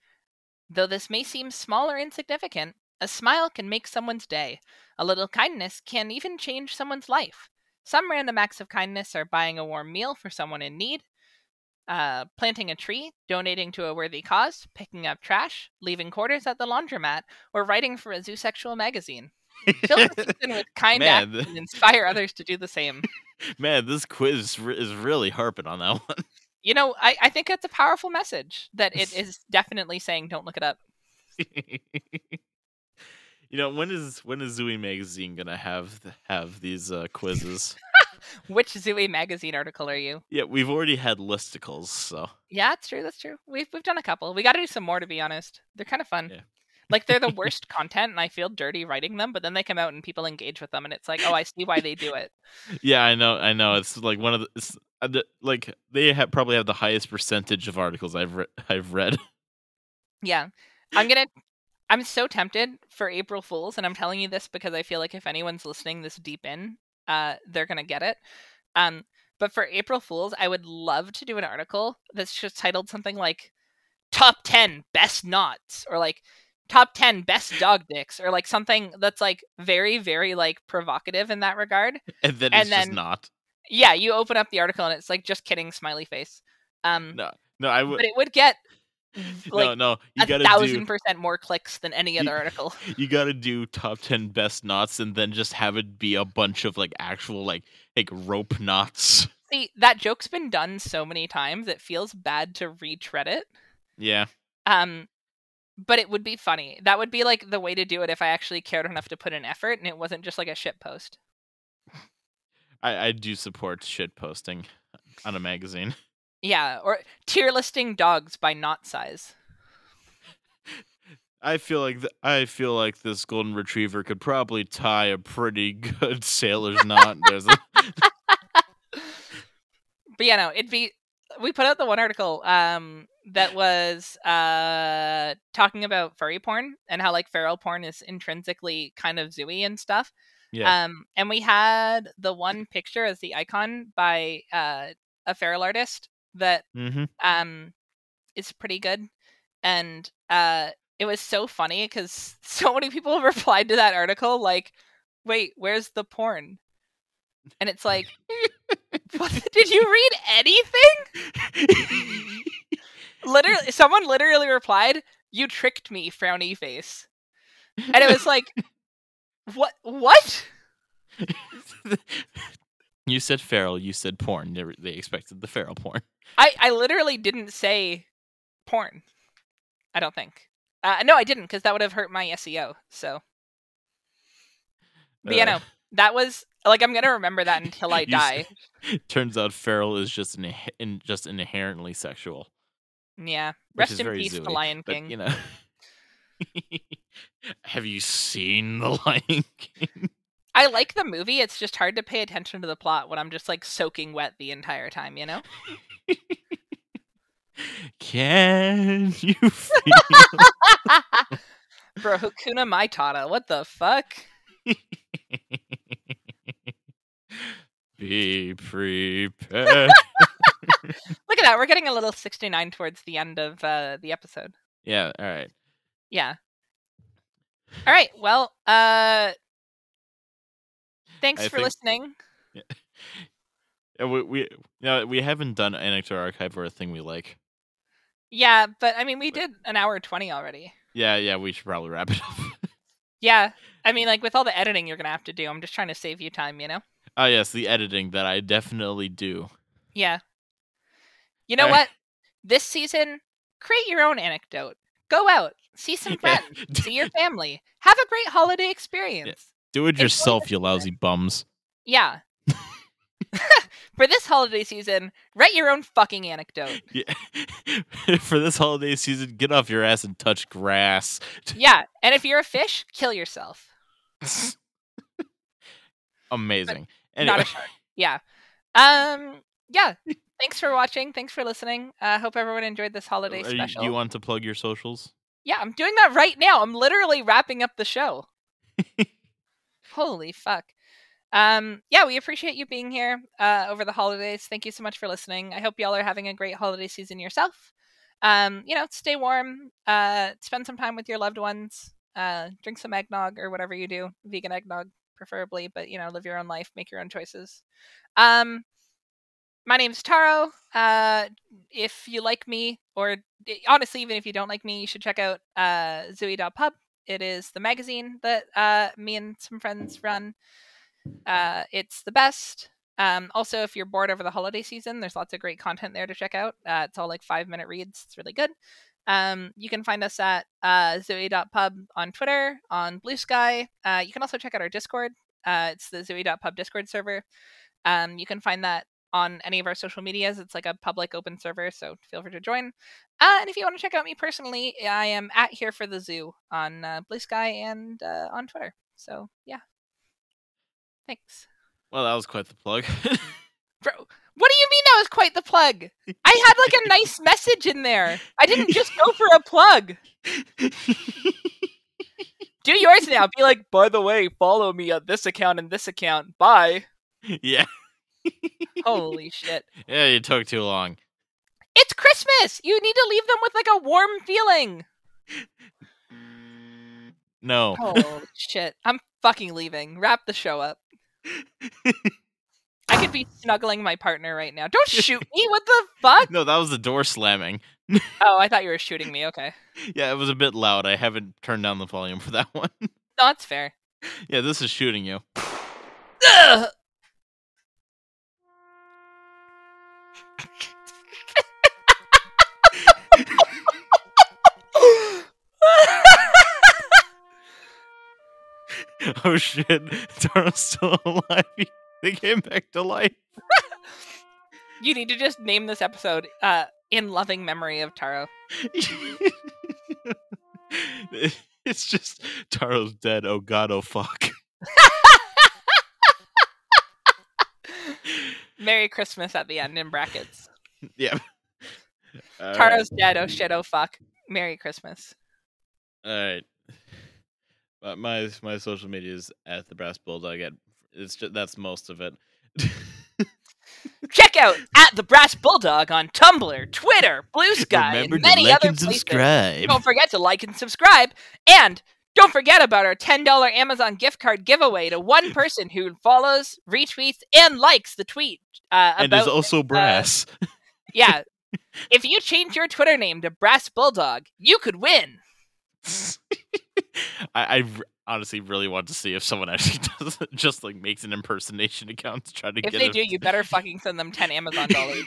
Though this may seem small or insignificant, a smile can make someone's day. A little kindness can even change someone's life. Some random acts of kindness are buying a warm meal for someone in need, uh, planting a tree, donating to a worthy cause, picking up trash, leaving quarters at the laundromat, or writing for a zoosexual magazine. Fill the season with kind Man, acts the- and inspire others to do the same. man, this quiz re- is really harping on that one. You know, I, I think it's a powerful message that it is definitely saying don't look it up. you know, when is when is Zooey magazine gonna have th- have these uh, quizzes? Which Zooey magazine article are you? yeah, we've already had listicles, so Yeah, it's true. That's true. We've we've done a couple. We got to do some more to be honest. They're kind of fun. Yeah. Like they're the worst content, and I feel dirty writing them. But then they come out and people engage with them, and it's like, oh, I see why they do it. yeah, I know, I know. It's like one of the it's, uh, the- like they have probably have the highest percentage of articles I've re- I've read. Yeah, I'm gonna. I'm so tempted for April Fools, and I'm telling you this because I feel like if anyone's listening this deep in, uh, they're gonna get it. Um, but for April Fools, I would love to do an article that's just titled something like "Top Ten Best Knots" or like "Top Ten Best Dog Dicks" or like something that's like very, very like provocative in that regard. and then it's And just then- not. Yeah, you open up the article and it's like just kidding, smiley face. Um, No, no, I would. but it would get no, like no, you a gotta thousand percent more clicks than any You- other article. do you gotta do top ten best knots, and then just have it be a bunch of like actual like like rope knots. See, that joke's been done so many times, it feels bad to retread it. Yeah, Um, but it would be funny. That would be like the way to do it if I actually cared enough to put in effort and it wasn't just like a shit post. I, I do support shit posting on a magazine. Yeah, or tier listing dogs by not size. I feel like th- I feel like this golden retriever could probably tie a pretty good sailor's knot. There's a, But yeah, no, it'd be. We put out the one article um, that was uh, talking about furry porn and how like feral porn is intrinsically kind of zooey and stuff. yeah, Um, and we had the one picture as the icon by uh, a feral artist that mm-hmm. um, is pretty good, and uh, it was so funny because so many people replied to that article like, "Wait, where's the porn?" And it's like, what? did you read anything? literally, someone literally replied, "You tricked me, frowny face," and it was like, what? What? you said feral. You said porn. They, were- they expected the feral porn. I, I literally didn't say porn. I don't think. Uh, no, I didn't because that would have hurt my SEO. So, but you Uh, know, that was like I'm gonna remember that until I You s- die. Turns out feral is just an, inhe- in, just inherently sexual. Yeah. which Rest is in very peace, the Zooey, Lion but, King. you know, have you seen the Lion King? I like the movie. It's just hard to pay attention to the plot when I'm just like soaking wet the entire time, you know? Can you feel? Bro, Hakuna Matata. What the fuck? Be prepared. Look at that. We're getting a little 69 towards the end of uh, the episode. yeah. All right. Yeah. All right. Well, uh thanks I for think- listening. Yeah, We we no, we haven't done anecdote archive or a thing we like. Yeah, but I mean, we did an hour 20 already. Yeah, yeah. We should probably wrap it up. Yeah. I mean, like with all the editing you're going to have to do, I'm just trying to save you time, you know? oh yes, the editing that I definitely do. Yeah. You know Uh, what? This season, create your own anecdote. Go out, see some Yeah. friends, see your family, have a great holiday experience. Do it Enjoy yourself, you lousy bums. Yeah. For this holiday season, write your own fucking anecdote. Yeah. For this holiday season, get off your ass and touch grass. Yeah. And if you're a fish, kill yourself. Amazing. Not Anyway, a shark. Yeah. Um, yeah. Thanks for watching. Thanks for listening. I hope everyone enjoyed this are holiday Uh, you- special. do you want to plug your socials? Yeah, I'm doing that right now. I'm literally wrapping up the show. Holy fuck. Um, yeah, we appreciate you being here uh, over the holidays. Thank you so much for listening. I hope y'all are having a great holiday season yourself. Um, you know, stay warm, uh, spend some time with your loved ones, uh, drink some eggnog or whatever you do, vegan eggnog preferably, but you know, live your own life, make your own choices. Um, my name's Taro. Uh, if you like me, or i- eh, honestly, even if you don't like me, you should check out uh, Zooey.pub. It is the magazine that uh, me and some friends run. Uh, it's the best. Um, also, if you're bored over the holiday season, there's lots of great content there to check out. Uh, it's all like five minute reads. It's really good. Um, you can find us at uh, Zooey.pub on Twitter, on Blue Sky. Uh, you can also check out our Discord. Uh, it's the Zooey.pub Discord server. Um, you can find that on any of our social medias. It's like a public open server, so feel free to join. Uh, and if you want to check out me personally, I am at here for the zoo on uh, Blue Sky and uh, on Twitter. So yeah, thanks, Well, that was quite the plug. bro. What do you mean that was quite the plug? I had like a nice message in there. I didn't just go for a plug. Do yours now. Be like, by the way, follow me on this account and this account. Bye. yeah. Holy shit. Yeah, you took too long. It's Christmas. You need to leave them with like a warm feeling. No. Oh shit. I'm fucking leaving. Wrap the show up. I could be snuggling my partner right now. Don't shoot me. What the fuck? No, that was the door slamming. Oh, I thought you were shooting me. Okay. Yeah, it was a bit loud. I haven't turned down the volume for that one. No, that's fair. Yeah, this is shooting you. Ugh. Oh shit. Taro's still alive. They came back to life. you need to just name this episode uh, in loving memory of Taro. it's just Taro's dead. Oh god, oh fuck. Merry Christmas at the end in brackets. Yeah. All right. Taro's dead. Oh shit. Oh fuck. Merry Christmas. All right. My, my my social media is at the brass bulldog. At it's just that's most of it. Check out at the Brass Bulldog on Tumblr, Twitter, Blue Sky, Remember and many to like other and places. subscribe. Don't forget to like and subscribe, and don't forget about our ten dollar Amazon gift card giveaway to one person who follows, retweets, and likes the tweet. Uh, and about there's also brass. yeah, if you change your Twitter name to Brass Bulldog, you could win. I, I r- honestly really want to see if someone actually does just like makes an impersonation account to try to If get they a- do, you better fucking send them ten Amazon dollars.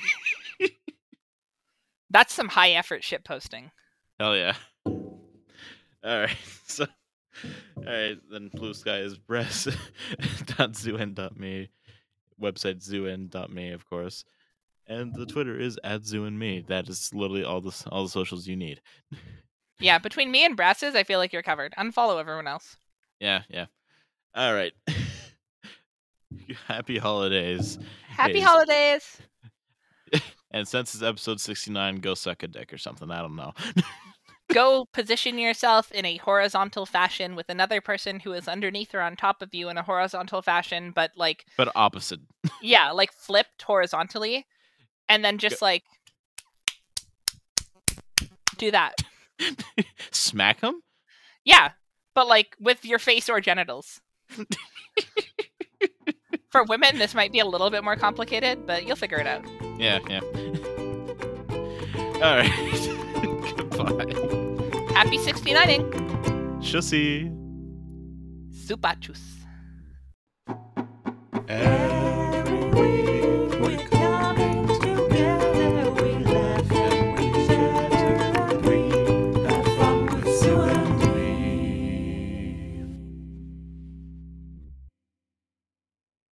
That's some high effort shit posting. Hell yeah. All right. So, all right. Then blue sky is breast. dot zooin dot me. Website zooin dot me, of course. And the Twitter is at Zoo and Me. That is literally all the s- all the socials you need. Yeah, between me and Brasses, I feel like you're covered. Unfollow everyone else. Yeah, yeah. All right. Happy holidays. Happy Yes. holidays. And since it's episode 69, go suck a dick or something. I don't know. Go position yourself in a horizontal fashion with another person who is underneath or on top of you in a horizontal fashion, but like, but opposite. yeah, like flipped horizontally. And then just like do that. Smack him? Yeah, but like with your face or genitals. For women, this might be a little bit more complicated, but you'll figure it out. Yeah, yeah. All right. Goodbye. Happy 69ing! Shussy. Supachus.